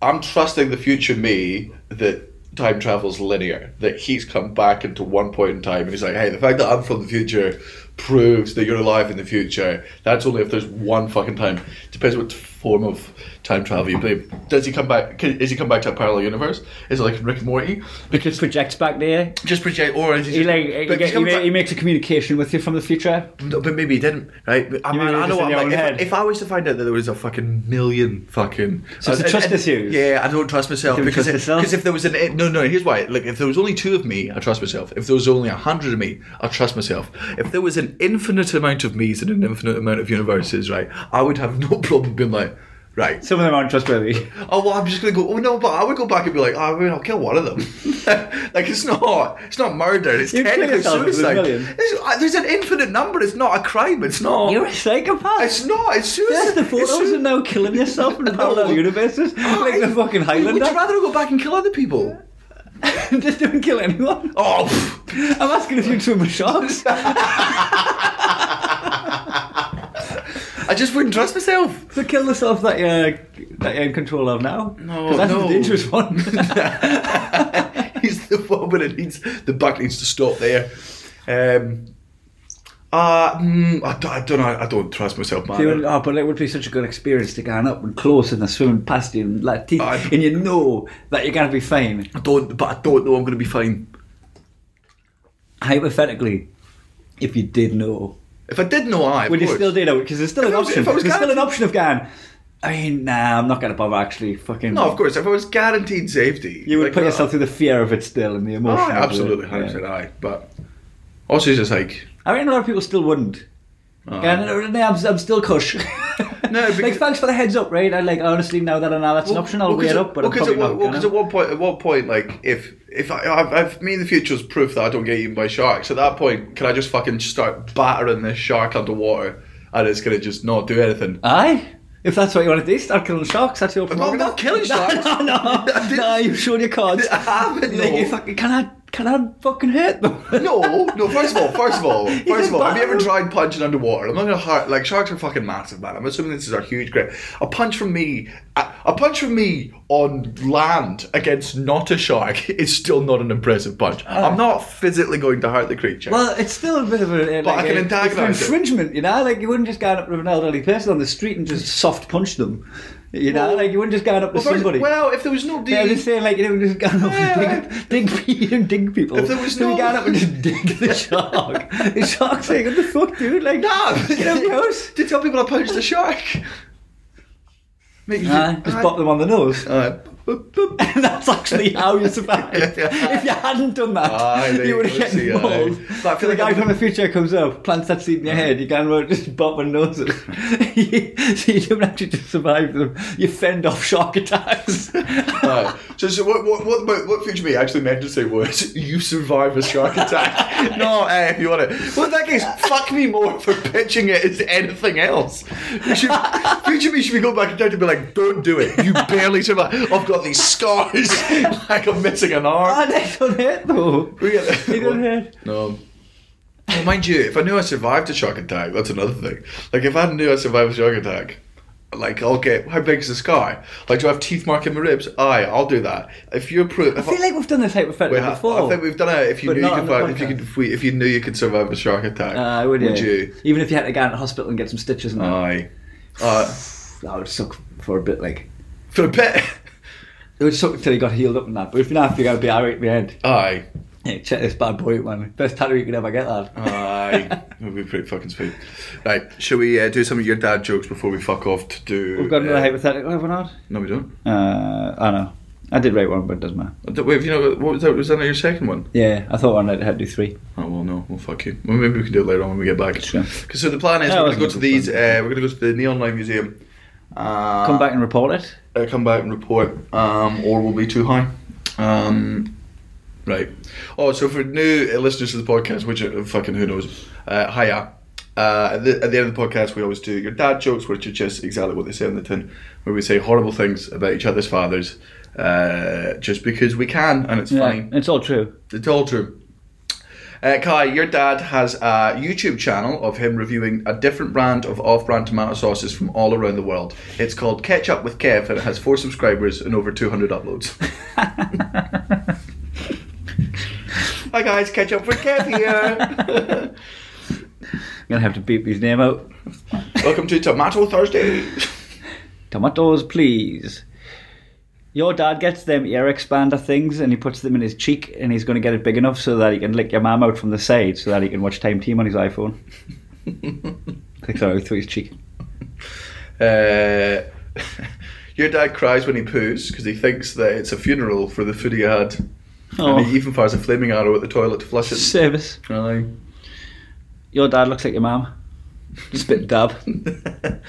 I'm trusting the future me that time travel's linear. That he's come back into one point in time and he's like, hey, the fact that I'm from the future proves that you're alive in the future. That's only if there's one fucking time. Depends what form of time travel you believe. Does he come back? Can, is he come back to a parallel universe? Is it like Rick and Morty? Because
Projects back there.
just project, or is he?
He,
just-
like,
but
he,
he's
get- he,
come
ma-
back-
he makes a communication with you from the future.
No, but maybe he didn't, right? But I,
You mean
mean,
it
I
was
know
just in
what
your
I'm
own
like.
head?
If, if I was to find out that there was a fucking million fucking. Uh,
So it's a
and-
trust
and-
issues?
Yeah, I don't trust myself.
You don't
Because
trust
it-
yourself?
'cause if there was an. it- No, no, here's why. Look, if there was only two of me, I trust myself. If there was only a hundred of me, I trust myself. If there was an infinite amount of me's and an infinite amount of universes, right, I would have no problem being like, right.
Some of them aren't trustworthy.
Oh well, I'm just gonna go. Oh no, but I would go back and be like, oh, I mean, I'll kill one of them. like it's not, it's not murder. It's
You'd kill
technically
yourself if it was a
suicide.
million.
It's- uh, there's an infinite number. It's not a crime. It's not.
You're a psychopath.
It's not. It's
Yes,
suicide.
the photos
It's sui-
are now killing yourself in parallel
No.
universes, like the fucking
Would you
Highlander.
rather go back and kill other people?
Just don't kill anyone.
Oh, pff.
I'm asking if you'd swim with sharks.
I just wouldn't trust myself.
so kill the self that you're that you're in control of now.
No,
'Cause that's
no.
the dangerous one.
He's the one when it needs the buck needs to stop there. Um, uh, mm, I, don't, I don't know. I don't trust myself, man.
They would- oh, but it would be such a good experience to go up and close and they're swimming past you and like teeth,
I-
and you know that you're gonna be fine.
I don't, but I don't know. I'm going to be fine.
Hypothetically, if you did know.
If I did know, I of
Would you
course.
still do that? Because there's still
If
an
I was-
option.
if I was
There's still an
guaranteed-
option of going. I mean, nah, I'm not going to bother actually. Fucking.
No, of course. If I was guaranteed safety,
You would
like,
put
uh,
yourself through the fear of it still and the
aye,
emotion. of it.
absolutely, hundred percent,
Yeah.
aye. But also, it's just like
I mean, a lot of people still wouldn't.
uh,
Yeah, no, no, no, I'm, I'm still cush.
No,
like
because-
thanks for the heads up, right? I like honestly now that I know that's an option, I'll weigh it up, but I'm
because
probably
at,
not.
one- well,
gonna.
'cause at one point, at one point, like if if I, I've, I've me in the future is proof that I don't get eaten by sharks. At that point, can I just fucking start battering this shark underwater, and it's gonna just not do anything?
Aye. If that's what you want to do, start killing sharks. That's your
not-
problem.
I'm not killing sharks.
No, no, no.
I
no
didn't-
you've shown your cards.
I haven't,
Like,
no.
you fucking, can I? Can I fucking hurt them?
No, no. First of all, first of all,
You
first of all, have you
battle
ever
them.
tried punching underwater? I'm not gonna hurt. Like sharks are fucking massive, man. I'm assuming this is a huge grip. A punch from me, a, a punch from me on land against not a shark is still not an impressive punch. I'm not physically going to hurt the creature.
Ah. Well, it's still a bit of a. uh,
But
like
I can
a-
antagonise
it's an infringement, you know? Like, you wouldn't just go up to an elderly person on the street and just soft punch them. You know?
Well-
like, you wouldn't just go up to
Well, first-
somebody.
well, if there was no D,
yeah, I'm just saying, like, you know, just go up and
Yeah.
dig, dig, you don't dig people.
If there was
So you
no-
go up and just dig the shark. the shark's like, what the fuck, dude? Like, get out of your house.
Ah, to tell people I punched the shark. Make you-
Nah, just
Aye.
pop them on the nose.
Aye. Boop, boop.
and that's actually how you survive. If you hadn't done that,
Aye, Ah, there
you
you
would have
go,
get
see, aye.
mauled.
But I Ah.
So
feel
the
like
guy
I'm-
from the future comes up, plants that seed in your head, you can't well just bop and nose it. so you don't actually just survive them. You fend off shark attacks.
Aye. So, so what, what, what, what- what future me actually meant to say was, you survive a shark attack. no, eh, if you want it. Well, in that case, fuck me more for pitching it as anything else. You should, future me should be going back in time to be like, don't do it. You barely survive. I've got these scars. like I'm missing an arm.
Ah, they don't hurt though.
We get-
They don't hurt.
No. Well, mind you, if I knew I survived a shark attack, that's another thing. Like, if I knew I survived a shark attack, Like, I'll get how big is the scar? Like, do I have teeth mark in my ribs? Aye, I'll do that. If you approve,
I feel like we've done this hypothetical
Wait, I-
before.
I think we've done it. If you
But
knew you
not
could,
on
fi-
the
if you
podcast.
could, if, we, if you knew you could survive a shark attack,
Uh, would,
would
yeah.
you? Ah.
Even if you had to go into hospital and get some stitches and that.
Aye. Uh,
that would suck for a bit, like.
for a bit.
It would suck until he got healed up and that, but if you're not, you're going to be alright in the end.
Aye.
Hey, check this bad boy out, man. Best tattoo you could ever get, lad.
Aye. it would be pretty fucking sweet. Right, shall we uh, do some of your dad jokes before we fuck off to do.
We've got another
uh,
hypothetical, have we not?
No, we don't.
Uh, I know. I did write one, but it doesn't matter.
Uh, Wait, have you know, what was that? Was that not your second one?
Yeah, I thought one I had to do three.
Oh well, no, well fuck you. Well, maybe we can do it later on when we get back.
Sure.
'Cause so the plan is
That
we're
was
gonna go
a
to
good
these. Uh,
plan.
we're gonna go to the Neon Line Museum. Uh,
Come back and report it.
uh, come back and report, um, or we'll be too high. Um, right. Oh, so for new uh, listeners to the podcast, which uh, fucking who knows? Uh, hiya. Uh, at, the, at the end of the podcast, we always do your dad jokes, which are just exactly what they say on the tin, where we say horrible things about each other's fathers, uh, just because we can, and it's
Yeah,
fine.
it's all true.
It's all true. Uh, Kai, your dad has a YouTube channel of him reviewing a different brand of off-brand tomato sauces from all around the world. It's called Catch Up with Kev, and it has four subscribers and over 200 uploads. Hi guys, Catch Up with Kev here.
I'm going to have to beep his name out.
Welcome to Tomato Thursday.
Tomatoes, please. Your dad gets them ear expander things and he puts them in his cheek and he's going to get it big enough so that he can lick your mum out from the side so that he can watch Time Team on his iPhone. Clicks her out through his cheek.
Uh, your dad cries when he poos because he thinks that it's a funeral for the food he had, and he
Oh,
even fires a flaming arrow at the toilet to flush it.
service.
Aye.
Your dad looks like your mum. Spit dab.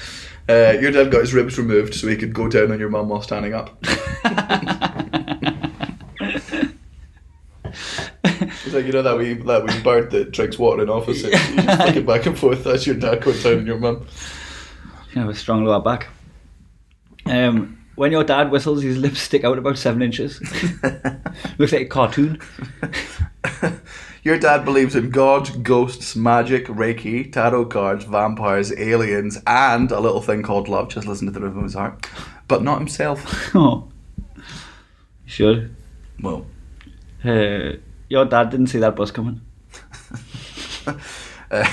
Uh, your dad got his ribs removed so he could go down on your mum while standing up. It's like you know that wee that wee bird that drinks water in office. And you just flick it back and forth. That's your dad going down on your mum.
You have a strong lower back. Um, when your dad whistles, his lips stick out about seven inches. Looks like a cartoon.
Your dad believes in God, ghosts, magic, Reiki, tarot cards, vampires, aliens, and a little thing called love. Just listen to the rhythm of his heart, but not himself.
Oh, you should.
Well,
Uh, your dad didn't see that bus coming.
Uh,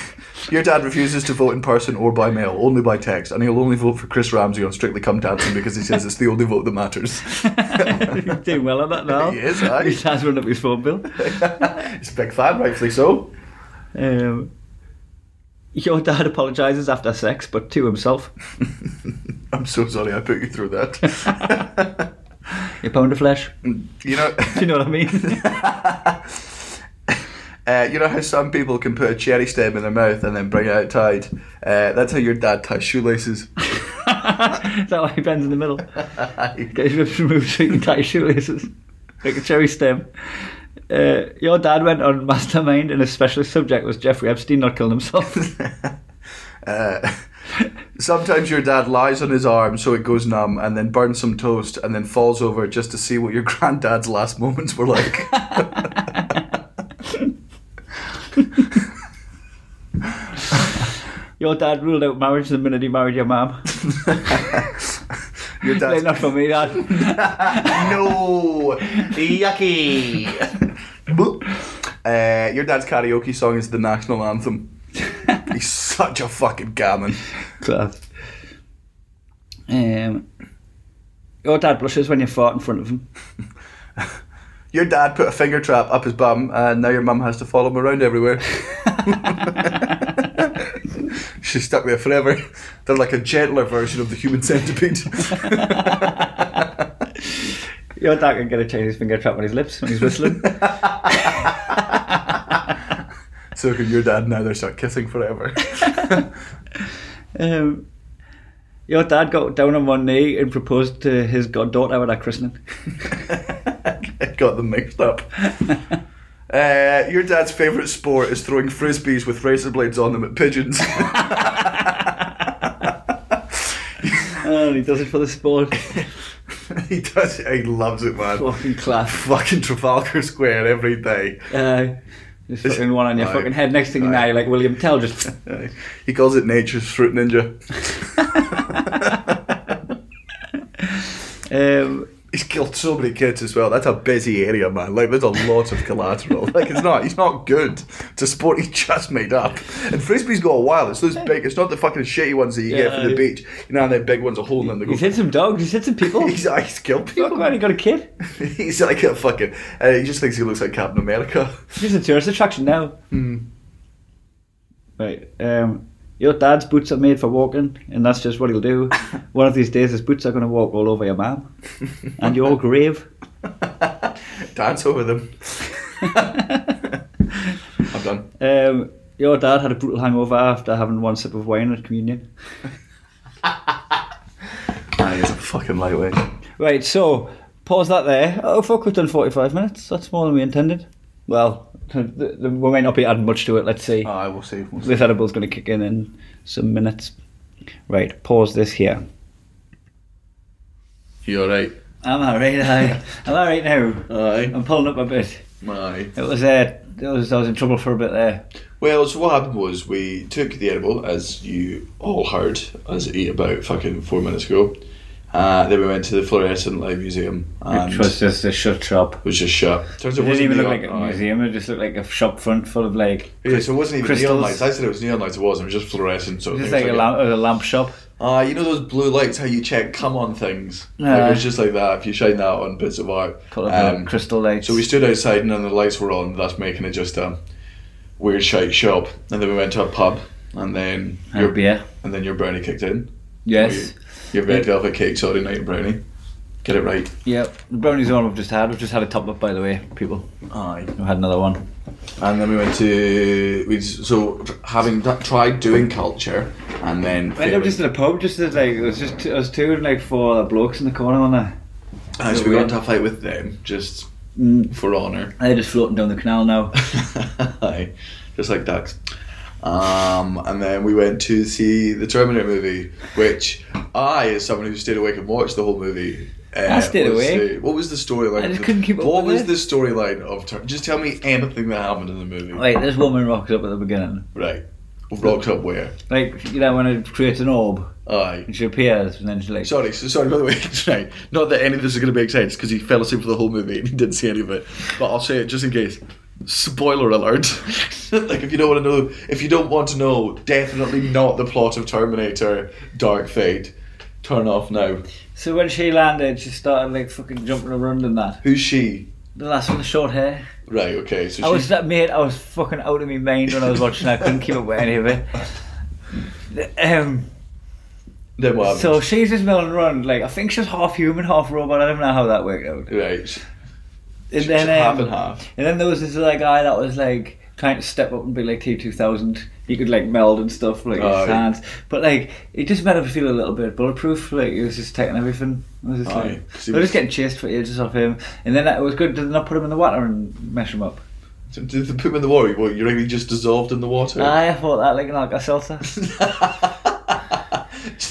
your dad refuses to vote in person or by mail, only by text, and he'll only vote for Chris Ramsey on Strictly Come Dancing because he says it's the only vote that matters.
He's doing well on that now.
He is, aye.
His dad's run up his phone bill.
He's a big fan, rightfully so.
Um, your dad apologises after sex, but to himself.
I'm so sorry I put you through that.
A pound of flesh.
you know,
Do you know what I mean?
uh, you know how some people can put a cherry stem in their mouth and then bring it out tied. Uh, that's how your dad ties shoelaces.
Is that why he bends in the middle? Get his ribs removed so you can tie his shoelaces. Like a cherry stem. Uh, your dad went on Mastermind and his specialist subject was Jeffrey Epstein not killing himself.
Uh, sometimes your dad lies on his arm so it goes numb and then burns some toast and then falls over just to see what your granddad's last moments were like.
your dad ruled out marriage the minute he married your mum.
your
Like,
dad's
not for me, dad.
no yucky. Boop. uh, your dad's karaoke song is the national anthem. He's such a fucking gammon.
Class. Um, your dad blushes when you fart in front of him.
Your dad put a finger trap up his bum, and now your mum has to follow him around everywhere. She's stuck with it forever. They're like a gentler version of the human centipede.
Your dad can get a Chinese finger trap on his lips when he's whistling.
so can your dad now? They start kissing forever.
Um, your dad got down on er one knee and proposed to his goddaughter at her christening.
Got them mixed up. Uh, your dad's favourite sport is throwing frisbees with razor blades on them at pigeons.
Oh, he does it for the sport.
he does. He loves it, man.
fucking class.
Fucking Trafalgar Square every day.
Uh, just fucking one on your
Aye.
fucking head. Next thing you know,
Aye.
you're
Uh,
like William Tell, just
Aye. He calls it nature's fruit ninja.
Um,
He's killed so many kids as well. That's a busy area, man. Like, there's a lot of collateral. Like, it's not. He's not good. It's a sport he just made up. And frisbee's got a while. It's those big. It's not the fucking shitty ones that you get from the
Yeah.
beach. You know, and the big ones are holding them. They go.
he's hit some dogs. He's hit some people.
He's, he's killed
Fuck
people.
man, he got a kid.
He's like a fucking. Uh, he just thinks he looks like Captain America.
He's a tourist attraction now. Right. Um, your dad's boots are made for walking, and that's just what he'll do. One of these days, his boots are going to walk all over your mum and your grave.
Dance over them. I'm done.
Um, your dad had a brutal hangover after having one sip of wine at communion.
Ah, he's a fucking lightweight.
Right, so pause that there. Oh fuck, we've done forty-five minutes. That's more than we intended. Well, th- th- we might not be adding much to it. Let's see.
I will see. We'll see.
This edible's going to kick in in some minutes. Right, pause this here.
You alright?
I'm alright. I, I'm alright now.
Aye.
I'm pulling up a bit.
Aye.
It was uh, it was I was in trouble for a bit there.
Well, so what happened was we took the edible, as you all heard us eat about fucking four minutes ago. Uh, then we went to the Fluorescent Live Museum and
Which was just a shut shop.
was just shut. Turns out
It didn't
wasn't
even look
neon-
like a
aye.
museum. It just looked like a shop front full of like
Yeah, so it wasn't even neon
Crystals.
lights. I said it was neon lights. It wasn't. It was just fluorescent. So
just
it
like
was
a lamp, a lamp shop.
Ah, you know those blue lights? How you check come on things?
Aye.
Like, it was just like that. If you shine that on bits of art,
Full of
Um,
um, crystal lights.
So we stood outside and then the lights were on, thus making it just a weird shite shop. And then we went to a pub and then
Had a beer.
and then your brownie kicked in.
Yes.
Your red velvet cake, sorry, night brownie. Get it right.
Yep. The brownies one we've just had. We've just had a top up by the way, people.
Aye.
We had another one.
And then we went to we so having that, tried doing culture and then
I
failing-
ended up just in a pub, just as like it was just t- us two and like four other blokes in the corner on there.
Aye, so we got into a fight with them just for honour.
Mm, They're just floating down the canal now.
Aye, just like ducks. Um, and then we went to see the Terminator movie, which I, as someone who stayed awake and watched the whole movie, uh,
I stayed
was
awake.
the- what was the storyline?
I just
of the-
couldn't keep up
What
with
was
it.
the storyline of Ter- Just tell me anything that happened in the movie.
Wait, this woman rocks up at the beginning.
Right. Rocked up where?
Like, you know, when it creates an orb
Aye.
and she appears and then she like.
Sorry, so sorry, by the way, right. Not that any of this is going to make sense because he fell asleep for the whole movie and he didn't see any of it. But I'll say it just in case. Spoiler alert! like if you don't want to know, if you don't want to know, definitely not the plot of Terminator: Dark Fate. Turn off now.
So when she landed, she started like fucking jumping around and that.
Who's she?
The last one, the short hair.
Right. Okay. So
I was
she.
that mate. I was fucking out of my mind when I was watching. I couldn't keep up with any of it. Um,
Then what happened?
so she's just milling around. Like I think she's half human, half robot. I don't know how that worked out.
right.
And
She's
then
half
um,
and half.
And then there was this like guy that was like trying to step up and be like T two thousand. He could like meld and stuff like
Oh,
his
yeah.
hands, but like it just made him feel a little bit bulletproof. Like he was just taking everything. I was just
Oh,
like,
yeah.
they were just getting chased for ages off him. And then it was good. Did they not put him in the water and mesh him up?
So Did they put him in the water? What, you reckon he just dissolved in the water?
Aye, I thought that like an alka seltzer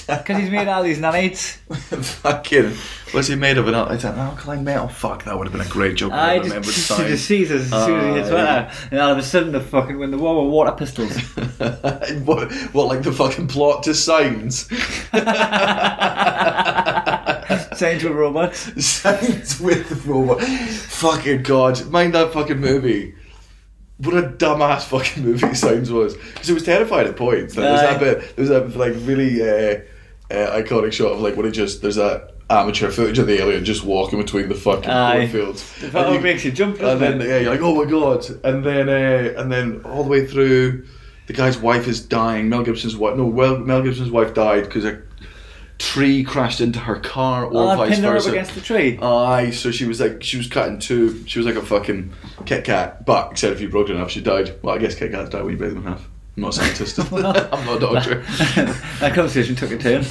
because he's made all these nanites.
Fucking. What's he made of? An, al- it's an alkaline metal? Fuck, that would have been a great joke. if
I
remembered
just, she
science.
just sees us
Ah,
as soon as he hits
Aye.
water, and all of a sudden they fucking win the war with water pistols.
what, what, like the fucking plot to Signs?
Saying to robots.
Signs with the robot. Fucking god, mind that fucking movie. What a dumbass fucking movie Signs was. Because it was terrified at points. Like, there's that
Aye.
bit. There's that like really uh, uh, iconic shot of like when it just there's that amateur footage of the alien just walking between the fucking
Aye.
cornfields.
That
And
one makes you jump.
and
doesn't
then
it?
yeah, you're like, oh my god, and then uh, and then all the way through, the guy's wife is dying. Mel Gibson's wife, no, well, Mel Gibson's wife died because a tree crashed into her car or
Oh, I
vice
pinned her up
versa.
against the tree.
Aye, so she was like, she was cut in two. She was like a fucking Kit Kat, but except if you broke it in half, she died. Well, I guess Kit Kats die when you break them in half. I'm not a scientist. I'm not a doctor.
that conversation took a turn.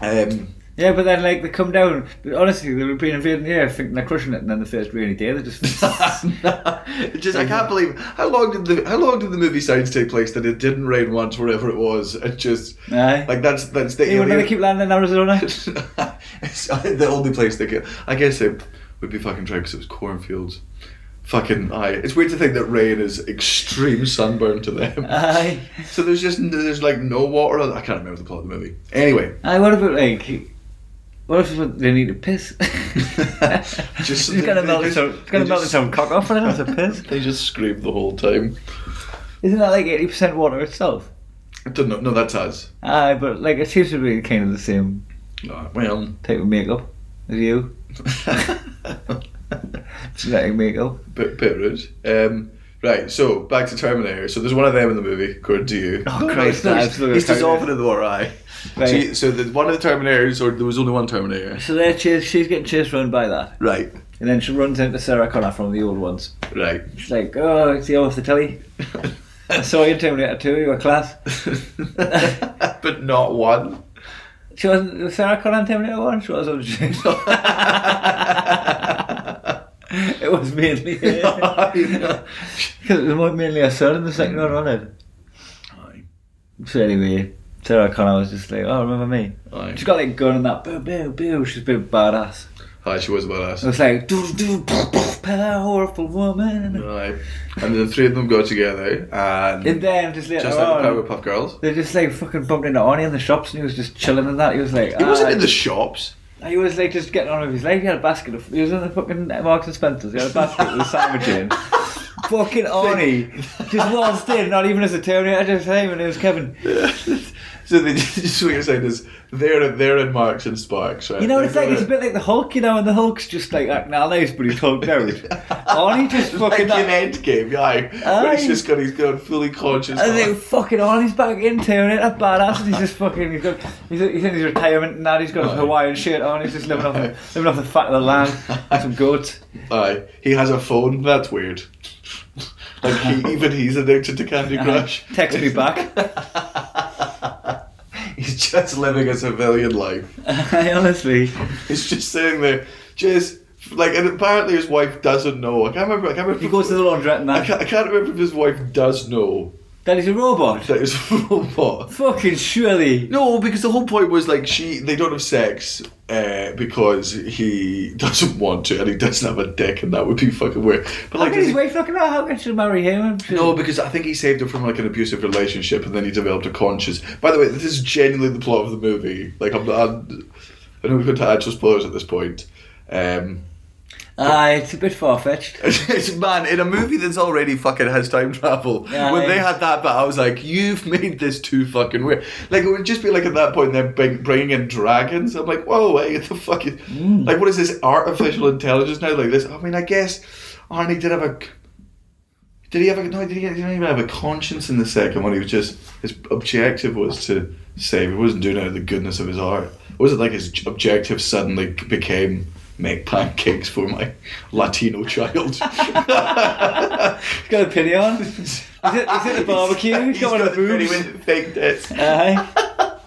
um,
Yeah, but then like they come down. But honestly, they were being invading the air, thinking they're crushing it, and then the first rainy day, they just
It just I can't believe how long did the how long did the movie Signs take place that it didn't rain once wherever it was. It just
Aye.
like that's that's the
They were going to
alien.
keep landing in Arizona.
it's the only place they could. I guess it would be fucking dry because it was cornfields. Fucking aye. It's weird to think that rain is extreme sunburn to them.
Aye.
So there's just there's like no water. I can't remember the plot of the movie. Anyway,
Aye. What about like? What if they need to piss?
Just-
he's gonna melt his own, he's gonna
they
melt
just-
his own cock off and have to piss.
They just scream the whole time.
Isn't that like eighty percent water itself?
I don't know. No, that's us.
Aye, but like it seems to be kind of the same
No, well.
type of makeup as you. Genetic makeup.
bit, bit rude. Um, right, so back to Terminator. So there's one of them in the movie, according to you.
Oh, Christ,
no,
that
he's,
absolute
he's dissolving
Terminator.
in the water eye.
Right.
So, the, one of the Terminators, or there was only one Terminator.
So they're chased, she's getting chased around by that.
Right,
And then she runs into Sarah Connor from the old ones.
right.
She's like, oh, it's the off the telly. I saw you in Terminator 2, you were class.
but not one.
She wasn't, was Sarah Connor in Terminator 1? She wasn't. it was mainly her. Because it was mainly her son in the second one, wasn't
Aye.
it? So anyway, Sarah Connor was just like, oh, remember me?
Aye.
She's got like gun and that, boo, boo, boo. She's a bit badass.
Aye, she was a
It
badass.
was like, doo, doo, powerful woman.
Aye. And the three of them go together, and
And then just later
just like
on,
the Powerpuff Girls.
they just like fucking bumped into Arnie in the shops, and he was just chilling and that. He was like,
It wasn't
"Ah."
in the shops.
He was like just getting on with his life. He had a basket of. He was in the fucking Marks and Spencers. He had a basket with sandwich in. Fucking Arnie just waltzed in, not even as a Terminator, just him and it was Kevin.
so the just what you're saying is they're they're in Marks and Sparks, right?
You know what it's
They're
like? It's a
gonna-
bit like the Hulk, you know, and the Hulk's just like acting all nice, but he's hulked out. Arnie just fucking.
like
that-
an end game, yeah. Where he's
Aye.
just got he's gone fully conscious.
And then
of-
fucking on, he's back in Terminator, a badass, and he's just fucking, he's, got, he's, he's in his retirement and that, he's got a
Aye.
Hawaiian shirt on, he's just living off, the, living off the fat of the land, and some goats.
Aye, he has a phone. That's weird. like he, even he's addicted to Candy Crush.
Uh-huh. Text me back.
He's just living a civilian life.
I honestly,
He's just sitting there, just like, and apparently his wife doesn't know. I can't remember. I can't remember.
he goes to the laundrette and
I
that,
can't, I can't remember if his wife does know
that he's a robot.
that it's a robot.
Fucking surely.
No, because the whole point was like she they don't have sex uh, because he doesn't want to and he doesn't have a dick and that would be fucking weird. But
How
like
can his wife fucking know how can she marry him?
no, because I think he saved her from like an abusive relationship and then he developed a conscience. By the way, this is genuinely the plot of the movie. Like I'm, I'm I know we're going to actual spoilers at this point. Um,
Aye, it's a bit far-fetched.
it's man in a movie that's already fucking has time travel.
Yeah,
when they
I-
had that, but I was like, you've made this too fucking weird. Like it would just be like at that point they're bring, bringing in dragons. I'm like, whoa, hey, the fucking
Mm.
like what is this artificial intelligence now? Like this? I mean, I guess Arnie did have a. Did he have a no? Did he, he didn't even have a conscience in the second one? He was just his objective was to save. He wasn't doing it out of the goodness of his heart. Was it like his j- objective suddenly became make pancakes for my Latino child?
He's got a penny on. He's at, he's at the barbecue, he's got one of the
really
boobs.
fake tits.
Aye,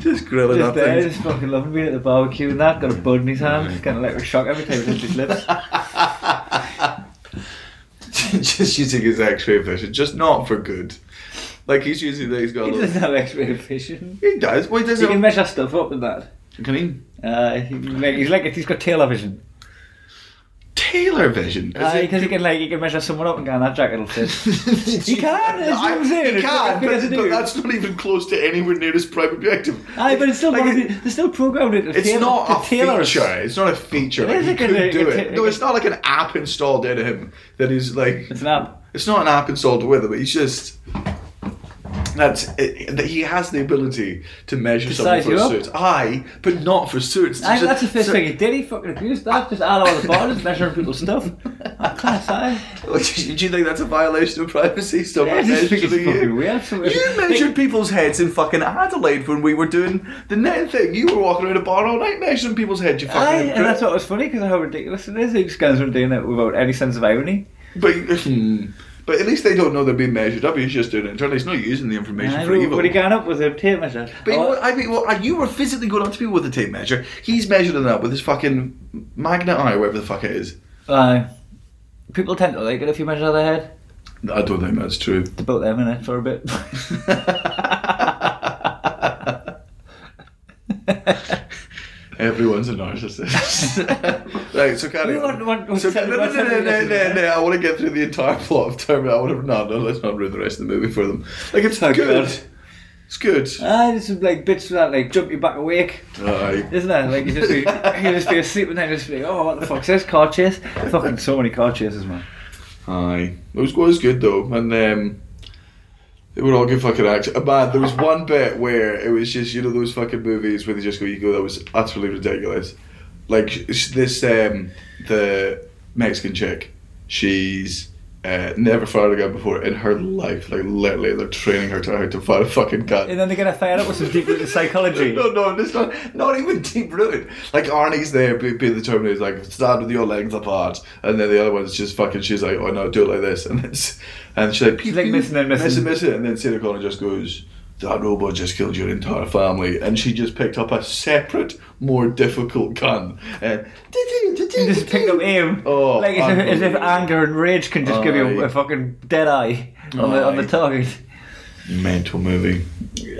Just grilling
just
up
there,
things. Mm.
just fucking loving being at the barbecue and that, got a bud in his hand, just getting electric shock every time he touches his lips.
just using his X-ray vision, just not for good. Like he's using that he's got.
He
a little-
doesn't have X-ray vision.
He does. Why does
He can
it?
measure stuff up with that.
Can he?
Uh, he can make- he's like he's got tailor vision.
Taylor vision. Is
Because
it-
Uh, he can like he can measure someone up and go, that jacket will fit.
he
can, that's what I'm saying.
He
It's what
can,
he has
but,
to
but
do.
that's not even close to anywhere near his prime objective.
Aye, but it's still
Like,
one of the, they're still programmed it. to
It's
tailor-
not a
to tailor us.
feature. It's not a feature. Like,
is
he
like a-
could
like
do
a-
it. No, it's not like an app installed in him that is like.
It's an app.
It's not an app installed with him. He's just. That's it, that he has the ability to measure
To
something
size
for
you up.
suits. Aye, but not for suits.
Aye, that's the first
So-
thing he did. He fucking abused that. Just out of the borders, measuring people's stuff. I'm class aye.
Do you think that's a violation of privacy? Stop
Yeah, I just think it's
measuring you.
fucking weird. So
You measured people's heads in fucking Adelaide when we were doing the net thing. You were walking around a bar all night measuring people's heads. You fucking.
Aye, and
hypocrite.
that's what was funny because of how ridiculous it is. These guys are doing it without any sense of irony.
But, hmm. but at least they don't know they're being measured up. He's just doing it internally. He's not using the information
Aye,
for evil.
what he got up was a tape measure.
but
Oh,
you, I mean, well, you were physically going up to people with a tape measure. He's measuring it up with his fucking magnet eye, whatever the fuck it is.
Aye. People tend to like it if you measure their head.
I don't think that's true.
It's about them in it for a bit.
Everyone's a narcissist. right, so carry
You
on.
want- want- want
so,
to-
no, no,
want
no, no,
something
no,
else,
no,
yeah?
no, I want to get through the entire plot of Terminator. I want to, no, no, let's not ruin the rest of the movie for them. Like, it's
Oh,
good.
God.
It's good.
Ah, there's some like bits that like jump you back awake,
Aye.
isn't there? Like you just be, you just be asleep and then just be, oh, what the fuck's this car chase? Fucking so many car chases, man.
Aye. It was, it was good though, and um, they were all good fucking action. Uh, man, there was one bit where it was just you know those fucking movies where they just go you go that was utterly ridiculous. Like sh- this, um, the Mexican chick, she's. Uh, never fired a gun before in her life. Like literally, they're training her to how to fire a fucking gun.
And then they're gonna fire up with some deep rooted psychology.
No, no, it's not. Not even deep rooted. Like Arnie's there, be- being the Terminator, he's like stand with your legs apart, and then the other one's just fucking. She's like, oh no, do it like this, and it's, and she's like,
She's like missing and missing.
missing, missing, and then Sarah Connor just goes. That robot just killed your entire family, and she just picked up a separate, more difficult gun. And
You just pick up aim.
Oh,
like as if, as if
unbelievable.
anger and rage can just give you
Aye.
a fucking dead eye on the on the
Aye.
target.
Mental movie.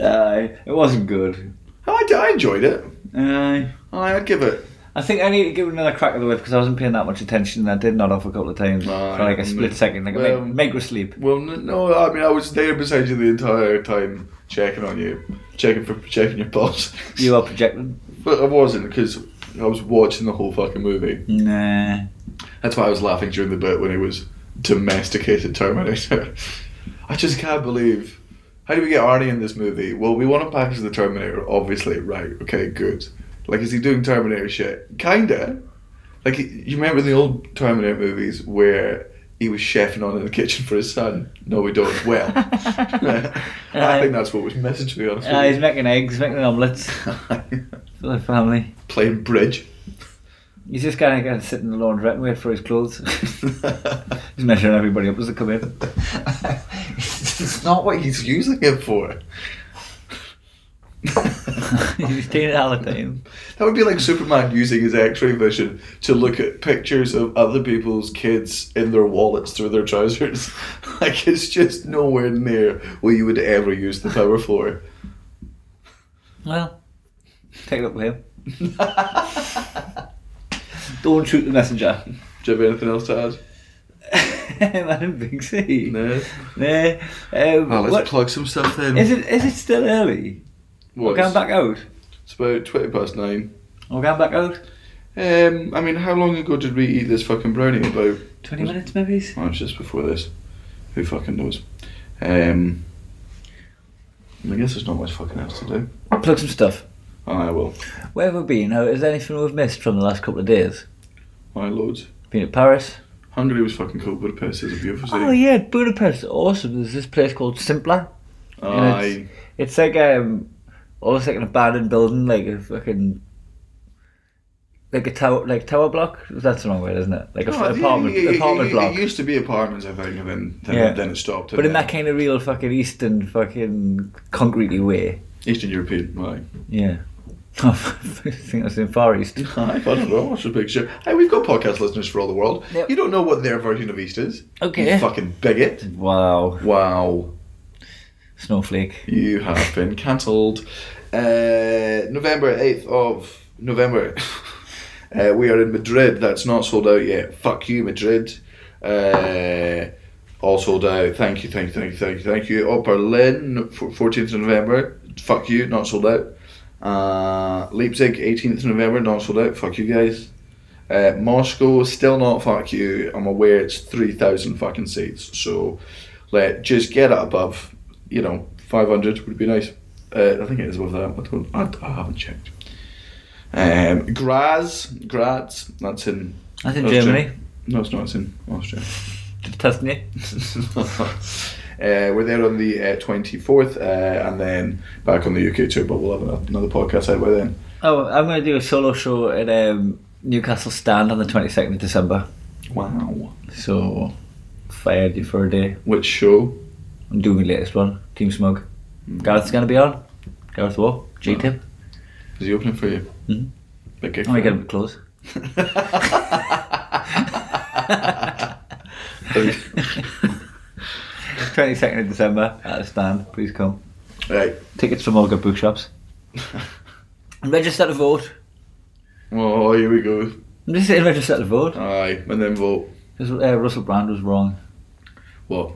Aye, it wasn't good.
Oh, I, d- I enjoyed it.
Aye.
I, I'd give it.
I think I need to give it another crack of the whip because I wasn't paying that much attention and I did nod off a couple of times
Aye.
for like a split second, like a
Well-
mig- micro sleep.
Well, n- no, I mean I was there beside you the entire time, checking on you, checking for checking your pulse.
You are projecting.
But I wasn't because I was watching the whole fucking movie.
Nah.
That's why I was laughing during the bit when he was domesticated Terminator. I just can't believe. How do we get Arnie in this movie? Well, we want him back as the Terminator, obviously. Right? Okay, good. Like, is he doing Terminator shit? Kinda. Like, you remember the old Terminator movies where he was chefing on in the kitchen for his son? No, we don't. Well, I think that's what was missing, to be honest.
Uh, he's
With
making eggs, making omelets
you.
for the family.
Playing bridge.
He's just kind of going to sit in the laundrette and wait for his clothes. he's measuring everybody up as they come in.
it's not what he's using it for.
he's
that
doing it all the time.
would be like Superman using his X-ray vision to look at pictures of other people's kids in their wallets through their trousers. like it's just nowhere near what you would ever use the power for.
Well, take it up with him. Don't shoot the messenger.
Do you have anything else to add?
I don't think so.
No.
Nah. Um,
Well, let's
what-
plug some stuff in.
is it is it still early?
What,
We're going back out.
It's about twenty past nine.
We're going back out.
Um, I mean, how long ago did we eat this fucking brownie? About
Twenty minutes, maybe.
Well, it's just before this. Who fucking knows? Um, I guess there's not much fucking else to do.
Plug some stuff.
I will.
Where have we been? How- Is there anything we've missed from the last couple of days?
I loads.
Been at Paris.
Hungary was fucking cool. Budapest is a beautiful city.
Oh yeah, Budapest is awesome. There's this place called Simpla. Oh,
Aye.
It's like um, almost like an abandoned building, like a fucking like a tower, like tower block. That's the wrong word, isn't it? Like a
No,
f-
Oh, yeah,
apartment,
yeah, yeah,
apartment
yeah,
block.
It used to be apartments, I think, and then then,
Yeah.
then it stopped.
but in
and
that
then-
kind of real fucking Eastern fucking concretely way.
Eastern European, right?
Yeah. I think that's in Far East.
I don't know. What's the picture? Hey, we've got podcast listeners for all the world.
Yep.
You don't know what their version of East is.
Okay.
You fucking bigot.
Wow.
Wow.
Snowflake.
You have been cancelled. Uh, November 8th of November. uh, we are in Madrid. That's not sold out yet. Fuck you, Madrid. Uh, all sold out. Thank you, thank you, thank you, thank you, thank you. Oh, Berlin, f- 14th of November. Fuck you, not sold out. Uh, Leipzig, 18th of November, not sold out. Fuck you guys. Uh, Moscow, still not fuck you. I'm aware it's 3,000 fucking seats. So let just get it above, you know, 500 would be nice. Uh, I think it is above that. I, don't, I, I haven't checked. Um, Graz, Graz, that's in.
That's in
Austria.
Germany.
No, it's not. It's in Austria.
Just testing you.
uh, we're there on the uh, 24th uh, and then back on the UK tour, but we'll have ano- another podcast out by then.
Oh, I'm going to do a solo show at um, Newcastle Stand on the 22nd of December.
Wow.
So, fired you for a day.
Which show?
I'm doing the latest one, Team Smug. Gareth's going to be on. Gareth War, G Tip.
Is he opening for you?
Mhm.
Big gig
I'm going
for
to get
him.
him close. Twenty second of December at the stand. Please come.
Right.
Tickets from all good bookshops. register to vote.
Oh, here we go.
I'm just saying, register to vote.
Aye, and then vote.
Because uh, Russell Brand was wrong.
What?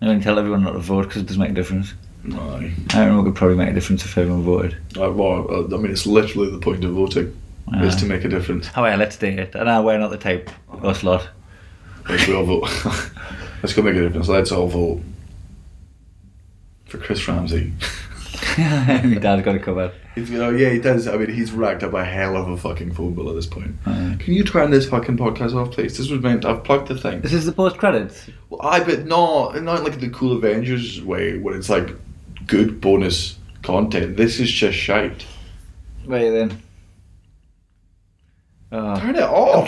I'm going to tell everyone not to vote because it doesn't make a difference.
Aye.
I don't know. It could probably make a difference if everyone voted.
Uh, well, uh, I mean, it's literally the point of voting is
Aye.
to make a difference.
However, Oh, let's do it. And I we're not the type. Us lot.
Let's we all vote. Let's go make a difference. Let's all vote for Chris Ramsey.
My dad's got it covered.
He's, you know, yeah, he does. I mean, he's racked up a hell of a fucking phone bill at this point. Can you turn this fucking podcast off, please? This was meant. I've plugged the thing.
This is the post credits.
Well, I but not not like the cool Avengers way where it's like good bonus content. This is just shite.
Wait then. Oh,
Turn it off.